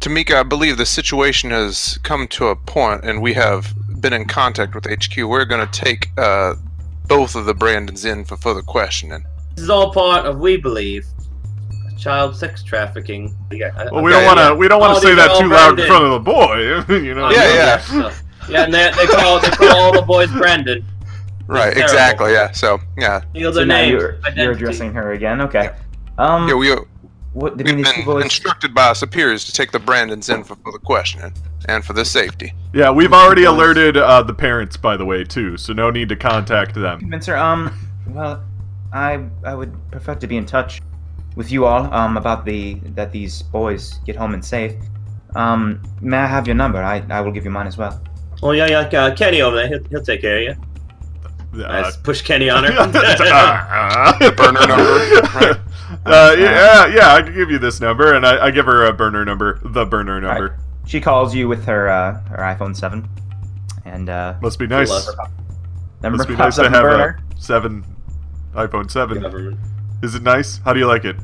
S3: Tamika, I believe the situation has come to a point, and we have been in contact with HQ. We're going to take uh, both of the Brandons in for further questioning.
S4: This is all part of, we believe, child sex trafficking. Yeah, I-
S2: Well, we
S3: Okay,
S2: don't want to.
S3: yeah.
S2: We don't want
S4: Oh,
S2: to
S4: these
S2: say that
S4: are all
S2: too loud in
S4: Brandon.
S2: front of the boy. you know.
S4: I-
S3: Yeah, yeah.
S4: So, yeah, and they, they call they call all the boys Brandon.
S3: Right,
S4: terrible.
S3: exactly. Yeah. So, yeah,
S4: Steal
S1: So
S4: their
S1: now
S4: names.
S1: you're, you're
S4: identity.
S1: addressing her again. Okay.
S4: Hmm.
S1: Um,
S3: yeah. We uh,
S1: what did
S3: we've
S1: these two
S3: been
S1: boys?
S3: instructed by our superiors to take the Brandons in for further questioning and for their safety.
S2: Yeah, we've already alerted uh, the parents, by the way, too. So no need to contact them.
S1: convince her. Um, well, I I would prefer to be in touch with you all. Um, about the that these boys get home and safe. Um, may I have your number? I I will give you mine as well.
S4: Oh yeah, yeah. Uh, Kenny over there. He'll, he'll take care of you.
S2: Uh,
S4: Let's push Kenny on her.
S2: the
S3: burner number, right.
S2: Uh, yeah, yeah, I can give you this number, and I, I give her a burner number. The burner number
S1: Alright. She calls you with her uh, her iPhone seven, and uh,
S2: must be nice.
S4: Love
S1: number
S2: Must be
S1: pops
S2: nice
S1: up
S2: to
S1: in the
S2: have
S1: burner.
S2: a seven iPhone seven.
S4: Government.
S2: Is it nice? How do you like it?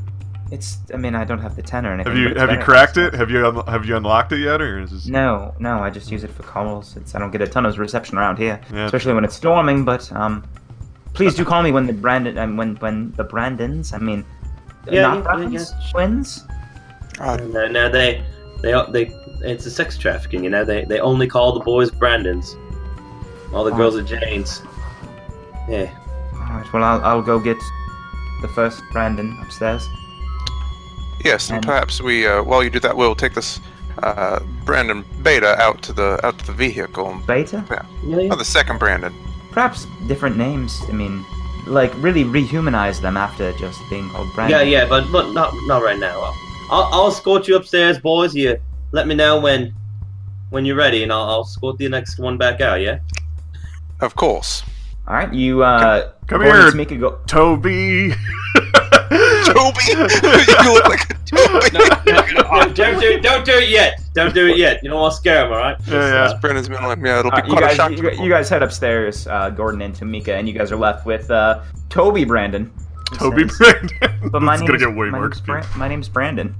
S1: It's I mean I don't have the ten or anything.
S2: Have you
S1: but it's
S2: have you
S1: better.
S2: cracked it? Have you un- have you unlocked it yet, or is this...
S1: No, no, I just use it for calls. It's, I don't get a ton of reception around here,
S2: Yeah.
S1: especially when it's storming. But um, please do call me when the Brandon um, when when the Brandons. I mean,
S4: Yeah,
S1: not
S4: yeah, yeah,
S1: Brandons,
S4: yeah.
S1: twins.
S4: No, no, uh, they They they it's a sex trafficking. You know, they they only call the boys Brandons, all the girls are Janes. Yeah.
S1: Alright, well, I'll, I'll go get the first Brandon upstairs.
S3: Yes, and
S1: And-
S3: perhaps we, uh, while you do that, we'll take this uh, Brandon Beta out to the out to the vehicle. and-
S1: Beta?
S4: Yeah, yeah.
S3: Oh, the second Brandon.
S1: Perhaps different names. I mean, like, really rehumanize them after just being called Brandon.
S4: Yeah, yeah, but but not not right now. I'll, I'll, I'll escort you upstairs, boys. You let me know when when you're ready, and I'll, I'll escort the next one back out. Yeah.
S3: Of course.
S1: Alright, you, uh.
S2: Come
S1: going
S2: here.
S1: To make a go-
S2: Toby.
S3: Toby! you look like a Toby!
S4: No, no, no, don't do don't do it yet. Don't do it yet. You don't want to scare him, all right?
S2: Yeah, yeah.
S3: Brandon's been like, yeah, it'll be
S1: Alright, Uh, you,
S3: quite a shock.
S1: guys,
S3: to
S1: you, you guys head upstairs, uh, Gordon and Tamika, and you guys are left with uh, Toby Brandon.
S2: Toby
S1: Says-
S2: Brandon.
S1: But my
S2: It's gonna
S1: name's-
S2: get way
S1: my
S2: more
S1: name's Bra-
S2: expensive.
S1: my name's Brandon.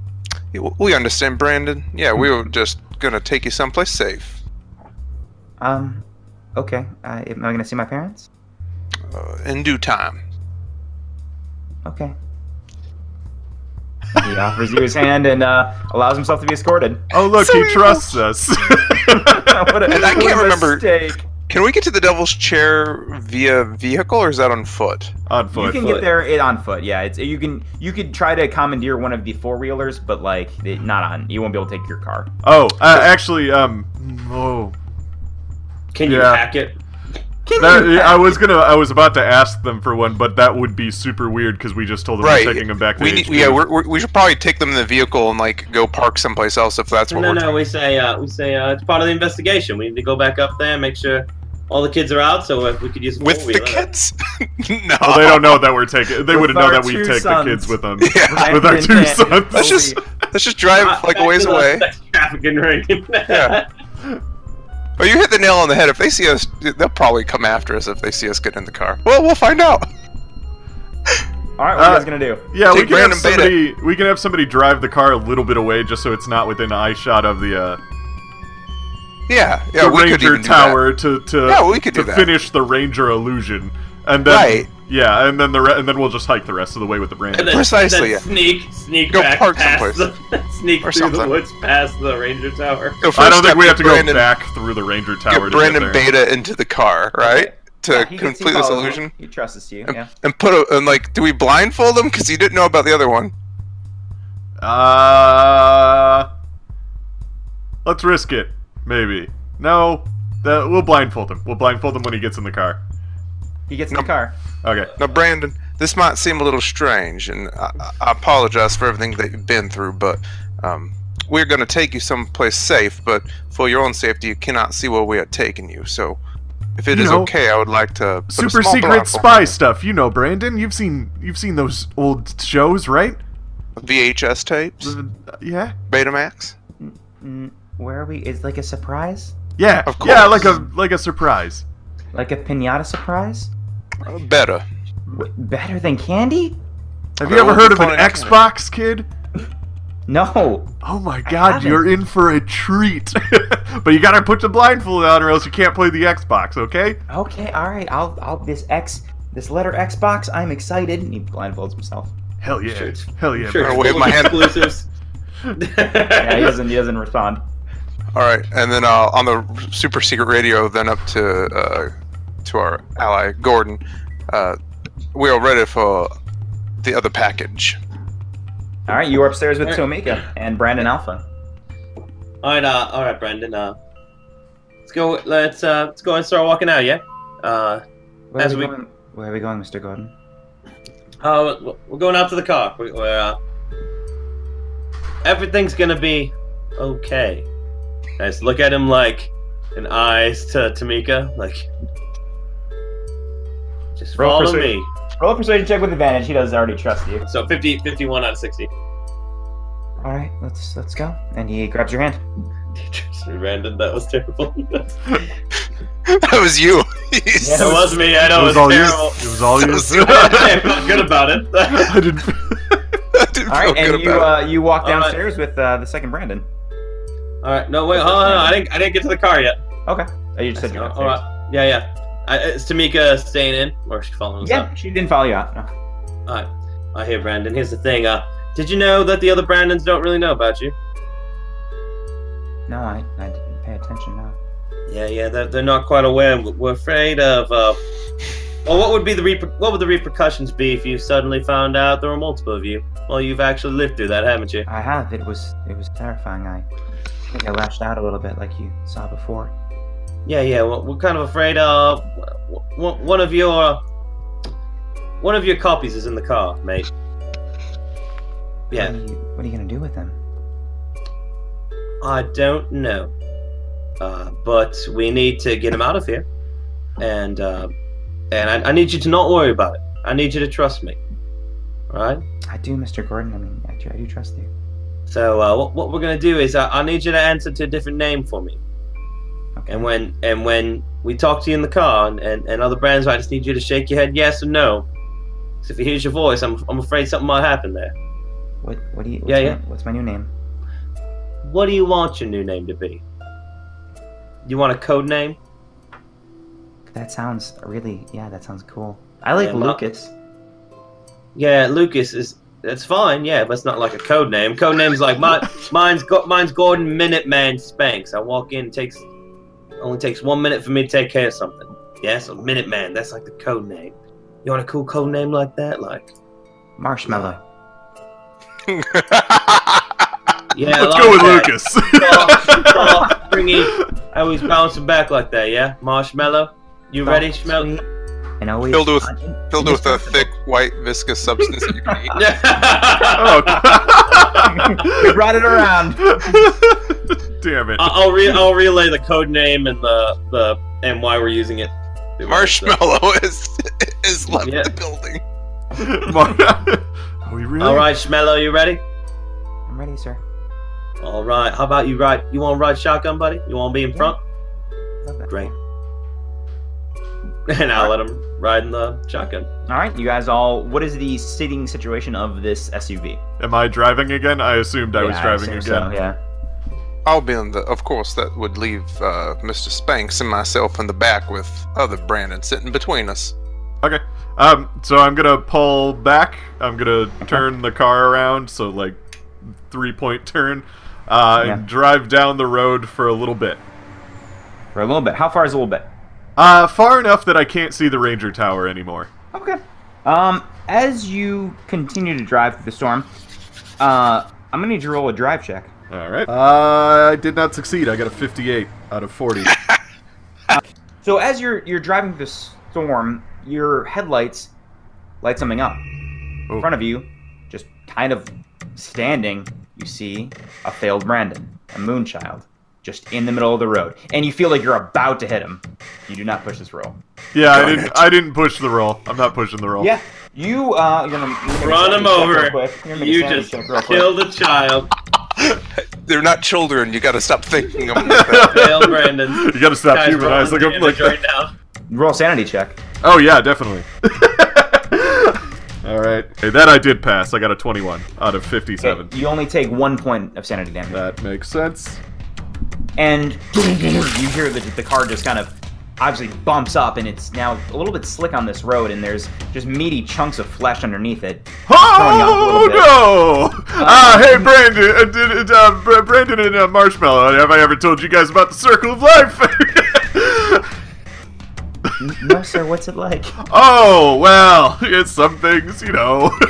S3: people. We understand, Brandon. Yeah, we were just gonna take you someplace safe.
S1: Um, okay. Uh, am I gonna see my parents?
S3: Uh, in due time.
S1: Okay. He offers you his hand and uh, allows himself to be escorted.
S2: Oh look,
S3: So
S2: he
S3: evil.
S2: trusts us.
S1: what a,
S3: And I
S1: what
S3: can't
S1: a
S3: remember-
S1: Mistake.
S3: Can we get to the Devil's Chair via vehicle, or is that on foot?
S2: On
S1: You
S2: foot.
S1: can get there it, on foot. Yeah, it's you can you could try to commandeer one of the four wheelers, but like it, not on. You won't be able to take your car.
S2: Oh, uh, actually, um, oh,
S4: Can you
S2: Yeah.
S4: hack it?
S2: That- I was gonna, I was about to ask them for one, but that would be super weird because we just told them
S3: Right.
S2: we're taking them back to
S3: We need,
S2: HQ.
S3: yeah, we're, we're, we should probably take them in the vehicle and like go park someplace else if that's
S4: No,
S3: what
S4: no,
S3: we're.
S4: no. We say uh, we say uh, it's part of the investigation. We need to go back up there, and make sure all the kids are out. So if we could use a
S3: With the
S4: four-wheeler.
S3: kids? no.
S2: Well, they don't know that we're taking. They
S1: With
S2: wouldn't know
S1: our
S2: that we
S1: two
S2: take the
S1: sons.
S2: kids with them.
S3: Yeah.
S2: With our
S1: Brandon
S2: two
S1: and
S2: sons.
S3: Let's just
S1: Toby.
S3: let's just drive
S4: Uh,
S3: like a
S4: back
S3: ways
S4: to the
S3: away.
S4: sex Trafficking ring.
S3: Yeah. But Oh, you hit the nail on the head. If they see us, they'll probably come after us if they see us get in the car. Well, we'll find out.
S1: All right, what are
S2: Uh,
S1: you guys gonna do?
S2: Yeah, we
S3: Take
S2: can have
S3: Brandon Beta.
S2: somebody. We can have somebody drive the car a little bit away, just so it's not within eyeshot of the, uh,
S3: Yeah, yeah,
S2: the
S3: we could
S2: ranger
S3: even
S2: tower to to
S3: Do that. Yeah, we could
S2: to
S3: do that.
S2: finish the ranger illusion, and then
S3: Right.
S2: yeah, and then the re- and then we'll just hike the rest of the way with the ranger.
S4: And then-
S3: Precisely,
S4: then
S3: yeah.
S4: Sneak, sneak
S3: Go
S4: back
S3: park
S4: past
S3: someplace.
S4: the sneak
S3: Or
S4: through
S3: something.
S4: the woods past the ranger tower.
S3: So first
S2: I don't think
S3: step,
S2: we
S3: get
S2: have to
S3: Brandon,
S2: go back through the ranger tower.
S3: Get
S2: to
S3: Brandon
S2: get there.
S3: Beta into the car, right? To
S1: Yeah, he gets- he
S3: complete this
S1: follows.
S3: illusion,
S1: He trusts you.
S3: and,
S1: Yeah.
S3: and put a, and like, do we blindfold him because he didn't know about the other one?
S2: Uh, let's risk it. Maybe. No. That, we'll blindfold him. We'll blindfold him when he gets in the car.
S1: He gets in
S3: No.
S1: the car.
S2: Okay.
S3: Now, Brandon, this might seem a little strange, and I, I- I apologize for everything that you've been through, but um, we're going to take you someplace safe, but for your own safety, you cannot see where we are taking you. So, if it
S2: You
S3: is
S2: know,
S3: okay, I would like to. put a
S2: Super
S3: small
S2: secret
S3: blindfold
S2: spy stuff. You know, Brandon. You've seen you've seen those old shows, right?
S3: on you. VHS tapes,
S2: Yeah.
S3: Betamax.
S1: Mm, where are we? It's like a surprise,
S2: Yeah.
S3: Of
S2: Yeah,
S3: course.
S2: like a like a surprise.
S1: like a pinata surprise.
S3: Uh, Better.
S1: W- better than candy?
S2: Have you
S3: I mean,
S2: ever
S3: we'll
S2: heard of
S3: be
S2: an
S3: calling it-
S2: Xbox kid?
S1: No.
S2: Oh my god,
S1: haven't.
S2: you're in for a treat. but you gotta put the blindfold on or else you can't play the Xbox, okay?
S1: Okay, all right. I'll, I'll this X, this letter X box. I'm excited. And he blindfolds himself.
S2: Hell yeah.
S4: Sure, it's-
S2: Hell yeah.
S4: Sure,
S3: I
S4: it's
S3: wave
S4: full
S3: my
S4: of
S3: hand.
S4: Exclusives.
S1: Yeah, he doesn't. He doesn't respond.
S3: All right, and then uh, on the super secret radio, then up to uh, to our ally Gordon. Uh, we are ready for the other package.
S1: All right, you are upstairs with
S4: Alright.
S1: Tomika and Brandon Alpha.
S4: All right, uh, all right, Brendan. Uh, let's go. Let's uh, let's go and start walking out. Yeah. Uh,
S1: Where
S4: As
S1: are we,
S4: we-
S1: going? Where are we going, Mr. Gordon?
S4: uh, we're going out to the car. We, we're, uh, everything's gonna be okay. Guys, look at him like an eyes to Tamika. Like, just
S1: Roll
S4: follow
S1: persuasion.
S4: me.
S1: Roll a persuasion check with advantage. He does already trust you.
S4: So 50, 51 out of sixty.
S1: All right, let's let's go. And he grabs your hand.
S4: Just Random. That was terrible. that
S3: that was you.
S1: Yeah, it
S4: was me. I know.
S2: it was all you.
S4: terrible.
S2: It was all you.
S3: So
S4: I felt good about it.
S2: I didn't.
S3: I didn't
S1: All right, and
S3: feel good
S1: you
S3: about
S1: uh, you walk
S4: Alright.
S1: downstairs with uh, the second Brandon.
S4: All right. No, wait. Hold on. hold on, I didn't. I didn't get to the car yet.
S1: Okay, oh, you just said you're
S4: All
S1: upstairs.
S4: right. Yeah, yeah. I, is Tamika staying in, or is she following us
S1: Yeah,
S4: up?
S1: she didn't follow you out. No.
S4: All right. I hear Brandon. Here's the thing. Uh, did you know that the other Brandons don't really know about you?
S6: No, I, I didn't pay attention. No.
S4: Yeah, yeah, they're, they're not quite aware. We're we're afraid of. Uh, well, what would be the reper- what would the repercussions be if you suddenly found out there were multiple of you? Well, you've actually lived through that, haven't you?
S6: I have. It was it was terrifying. I think I lashed out a little bit, like you saw before.
S4: Yeah, yeah. Well, we're kind of afraid of w- w- one of your one of your copies is in the car, mate. Yeah,
S6: What are you, what are you gonna do with them?
S4: I don't know, uh, but we need to get him out of here, and uh, and I, I need you to not worry about it. I need you to trust me. All right.
S6: I do, Mr. Gordon. I mean, I do, I do trust you.
S4: So uh, what, what we're gonna do is uh, I need you to answer to a different name for me.
S6: Okay.
S4: And when and when we talk to you in the car and, and, and other brands, I just need you to shake your head yes or no. Because if he hears your voice, I'm, I'm afraid something might happen there.
S6: What what do you? What's
S4: Yeah,
S6: my,
S4: yeah.
S6: What's my new name?
S4: What do you want your new name to be? You want a code name?
S6: That sounds really. Yeah, that sounds cool. I like
S4: Yeah, Ma-
S6: Lucas.
S4: Yeah, Lucas is that's fine. Yeah, but it's not like a code name. Code names like my mine's go, mine's Gordon Minuteman Spanks. I walk in, it takes only takes one minute for me to take care of something. Yeah, so Minuteman. That's like the code name. You want a cool code name like that? Like
S6: Marshmallow.
S1: uh,
S4: yeah,
S2: Let's
S4: I
S2: go with
S4: like that.
S2: Lucas.
S4: Tall, tall, stringy. I always bouncing back like that. Yeah, marshmallow. You ready,
S6: Soft,
S4: Schmel?
S6: sweet, And always
S3: Filled with-
S6: pungent.
S3: Filled with a thick, white, viscous substance that you can eat.
S4: I-
S2: oh.
S6: We brought it around.
S2: Damn it.
S4: I'll re- I'll relay the code name and the the and why we're using it.
S3: Marshmallow is is left
S4: Yeah.
S3: the building.
S2: Mar- Are we really?
S4: All right, Schmello, you ready?
S6: I'm ready, sir.
S4: All right. How about you ride? You want to ride shotgun, buddy? You want to be in front?
S6: Love that.
S4: Great. And I'll let him ride in the shotgun.
S1: All right, you guys all. What is the sitting situation of this SUV?
S2: Am I driving again? I assumed I was
S1: Yeah,
S2: driving
S1: assume so,
S2: again.
S1: yeah.
S3: I'll be in the. Of course, that would leave uh, Mr. Spanks and myself in the back with other Brandon sitting between us.
S2: Okay. Um, so I'm gonna pull back. I'm gonna turn the car around, so like three point turn, uh,
S6: Yeah.
S2: and drive down the road for a little bit.
S1: For a little bit. How far is a little bit?
S2: Uh, far enough that I can't see the ranger tower anymore.
S1: Okay. Um, as you continue to drive through the storm, uh, I'm gonna need you to roll a drive check.
S2: All right. Uh, I did not succeed. I got a 58 out of 40.
S1: So as you're you're driving through the storm, your headlights light something up.
S2: Oh.
S1: In front of you, just kind of standing, you see a failed Brandon, a moonchild, just in the middle of the road, and you feel like you're about to hit him. You do not push this roll.
S2: yeah, I didn't. I didn't push the roll. I'm not pushing the roll.
S1: Yeah, you uh, you're gonna, you're gonna
S4: Run him
S1: sanity check
S4: over.
S1: real quick. You're gonna make a
S4: You
S1: sanity
S4: just
S1: check real quick.
S4: killed a child.
S3: They're not children. You got to stop thinking of them like that.
S4: Fail Brandon.
S2: You gotta stop
S4: Guys, we're on
S2: humanizing him like
S4: damage right
S2: that.
S4: now.
S1: Roll a sanity check.
S2: Oh yeah, definitely. All right. Hey, that I did pass. I got a 21 out of 57.
S1: You only take one point of sanity damage.
S2: That makes sense.
S1: and you hear the, the car just kind of obviously bumps up and it's now a little bit slick on this road and there's just meaty chunks of flesh underneath it throwing you off a
S2: Oh
S1: little bit.
S2: no! Ah, hey Brandon, uh, did, uh, Br- Brandon and uh, Marshmallow. Have I ever told you guys about the circle of life?
S6: No, sir. What's it like?
S2: oh well, it's some things, you know.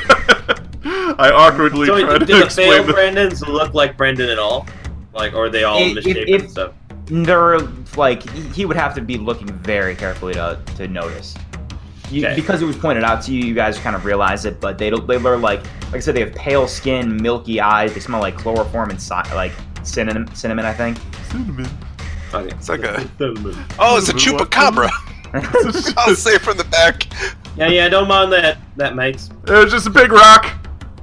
S2: I awkwardly
S4: So
S2: tried
S4: wait,
S2: to
S4: did the fail
S2: explain. The-
S4: Brandons look like Brandon at all? Like, or are they all
S1: If- if-
S4: misshapen
S1: if-
S4: and stuff?
S1: they're like he- he would have to be looking very carefully to, to notice you,
S4: Okay.
S1: because it was pointed out to you you guys kind of realize it but they don't they are like like i said they have pale skin milky eyes they smell like chloroform and si- like cinnamon cinnamon i think
S2: Cinnamon.
S4: Okay.
S3: It's like a. Oh, it's a chupacabra.
S2: It's
S3: I'll
S2: just-
S3: say from the back.
S4: Yeah, yeah, don't mind that. That makes.
S2: it was just a big rock.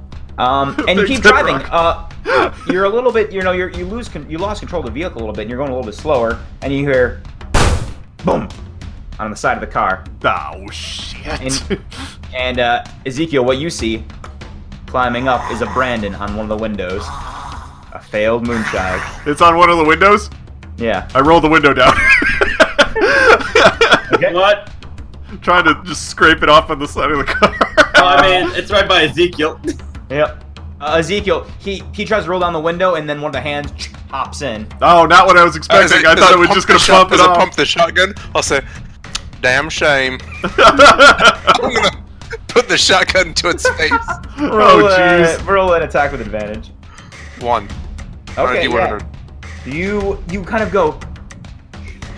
S1: um and you
S2: Big
S1: keep
S2: tip
S1: driving
S2: rock.
S1: uh you're a little bit, you know, you're, you lose, con- you lost control of the vehicle a little bit, and you're going a little bit slower, and you hear, boom, on the side of the car,
S2: Oh shit!
S1: and uh, Ezekiel, what you see climbing up is a Brandon on one of the windows, a failed moonchild.
S2: it's on one of the windows.
S1: Yeah,
S2: I rolled the window down.
S1: Okay.
S4: What?
S2: Trying to just scrape it off on the side of the car.
S4: Oh, I mean, it's right by Ezekiel.
S1: yep. Uh, Ezekiel, he he tries to roll down the window, and then one of the hands pops in.
S2: Oh, not what I was
S3: As
S2: expecting. I thought it was
S3: pump
S2: just gonna
S3: the
S2: pump
S3: shot-
S2: it
S3: as I
S2: off.
S3: pump the shotgun, I'll say, "Damn shame." I'm gonna put the shotgun to its face.
S2: Oh,
S1: Roll, uh,
S2: jeez.
S1: roll an attack with advantage.
S3: One. Or a
S1: Okay, yeah.
S3: D100.
S1: You you kind of go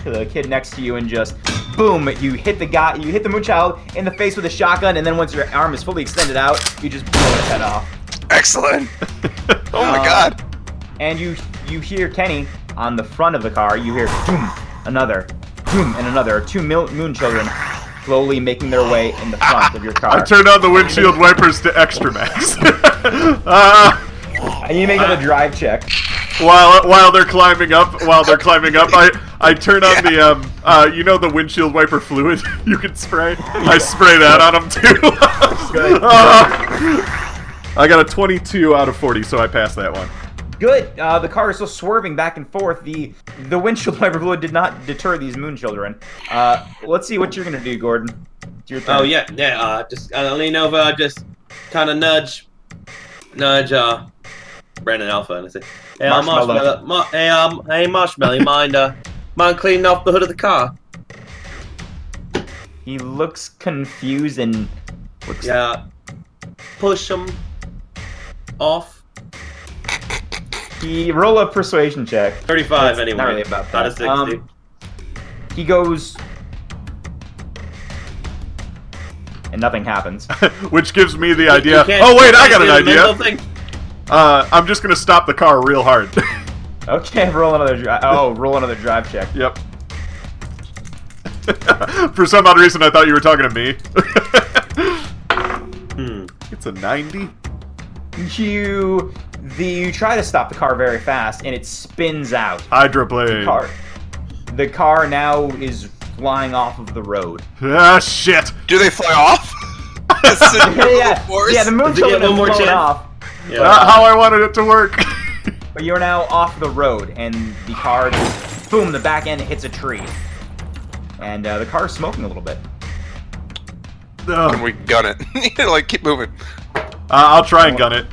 S1: to the kid next to you and just boom, you hit the guy, you hit the moon child in the face with a shotgun, and then once your arm is fully extended out, you just blow his head off.
S3: Excellent. Oh my
S1: Uh,
S3: god.
S1: And you you hear Kenny on the front of the car. You hear boom, another, boom, and another. Two mil- moon children slowly making their way in the front of your
S2: I
S1: car.
S2: turned on the windshield wipers to extra max. uh,
S1: and you make another drive check.
S2: while while they're climbing up, while they're climbing up, I I turn on the um uh you know the windshield wiper fluid you can spray. I spray that on them too. Uh, I got a 22 out of 40, so I passed that one.
S1: Good. Uh, the car is still swerving back and forth. The the windshield wiper fluid did not deter these moon children. Uh, let's see what you're gonna do, Gordon. It's your turn.
S4: Oh yeah, yeah. Uh, just I lean over. I uh, just kind of nudge, nudge. Uh, Brandon Alpha, and I say, "Hey, uh,
S1: Marshmallow.
S4: marshmallow. Ma- hey, um, hey, marshmallow. you mind, uh, mind cleaning off the hood of the car?
S1: He looks confused and looks.
S4: Yeah. Push him off.
S1: He roll a persuasion check.
S4: Thirty-five
S1: It's
S4: anyway.
S1: Not really about that.
S4: Not a sixty.
S1: Um, he goes, and nothing happens.
S2: Which gives me the
S4: You
S2: idea.
S4: can't-
S2: Oh wait,
S4: you
S2: I
S4: can't
S2: got an
S4: do the middle
S2: idea.
S4: thing?
S2: Uh, I'm just gonna stop the car real hard.
S1: Okay, roll another drive. Oh, roll another drive check.
S2: Yep. For some odd reason, I thought you were talking to me.
S4: Hmm.
S2: it's a 90.
S1: You the you try to stop the car very fast, and it spins out.
S2: Hydroblade.
S1: car. The car now is flying off of the road.
S2: Ah, shit.
S3: Do they fly off? Is it
S1: yeah, yeah,
S3: force?
S1: yeah. The moon
S4: Did you
S1: children
S4: get one
S1: have
S4: more
S1: flown
S4: chance?
S1: off,
S4: Hmm, Yeah.
S2: Not Uh, how I wanted it to work.
S1: but you're now off the road, and the car, just, boom, the back end hits a tree, and uh, the car is smoking a little bit.
S3: And
S2: Ugh.
S3: we gun it. you know, like keep moving.
S2: Uh, I'll try and gun it.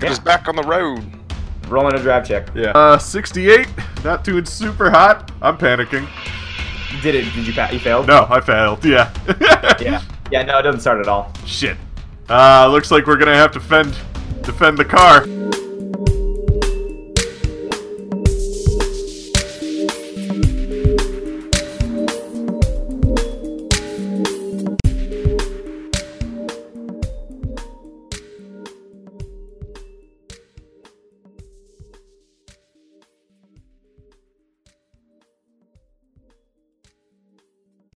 S3: Get us back on the road.
S1: Rolling a drive check.
S2: Yeah. Uh, 68. Not doing super hot. I'm panicking.
S1: Did it? Did you pass? You failed.
S2: No, I failed. Yeah.
S1: Yeah. Yeah. No, it doesn't start at all.
S2: Shit. Uh, looks like we're gonna have to fend, defend the car.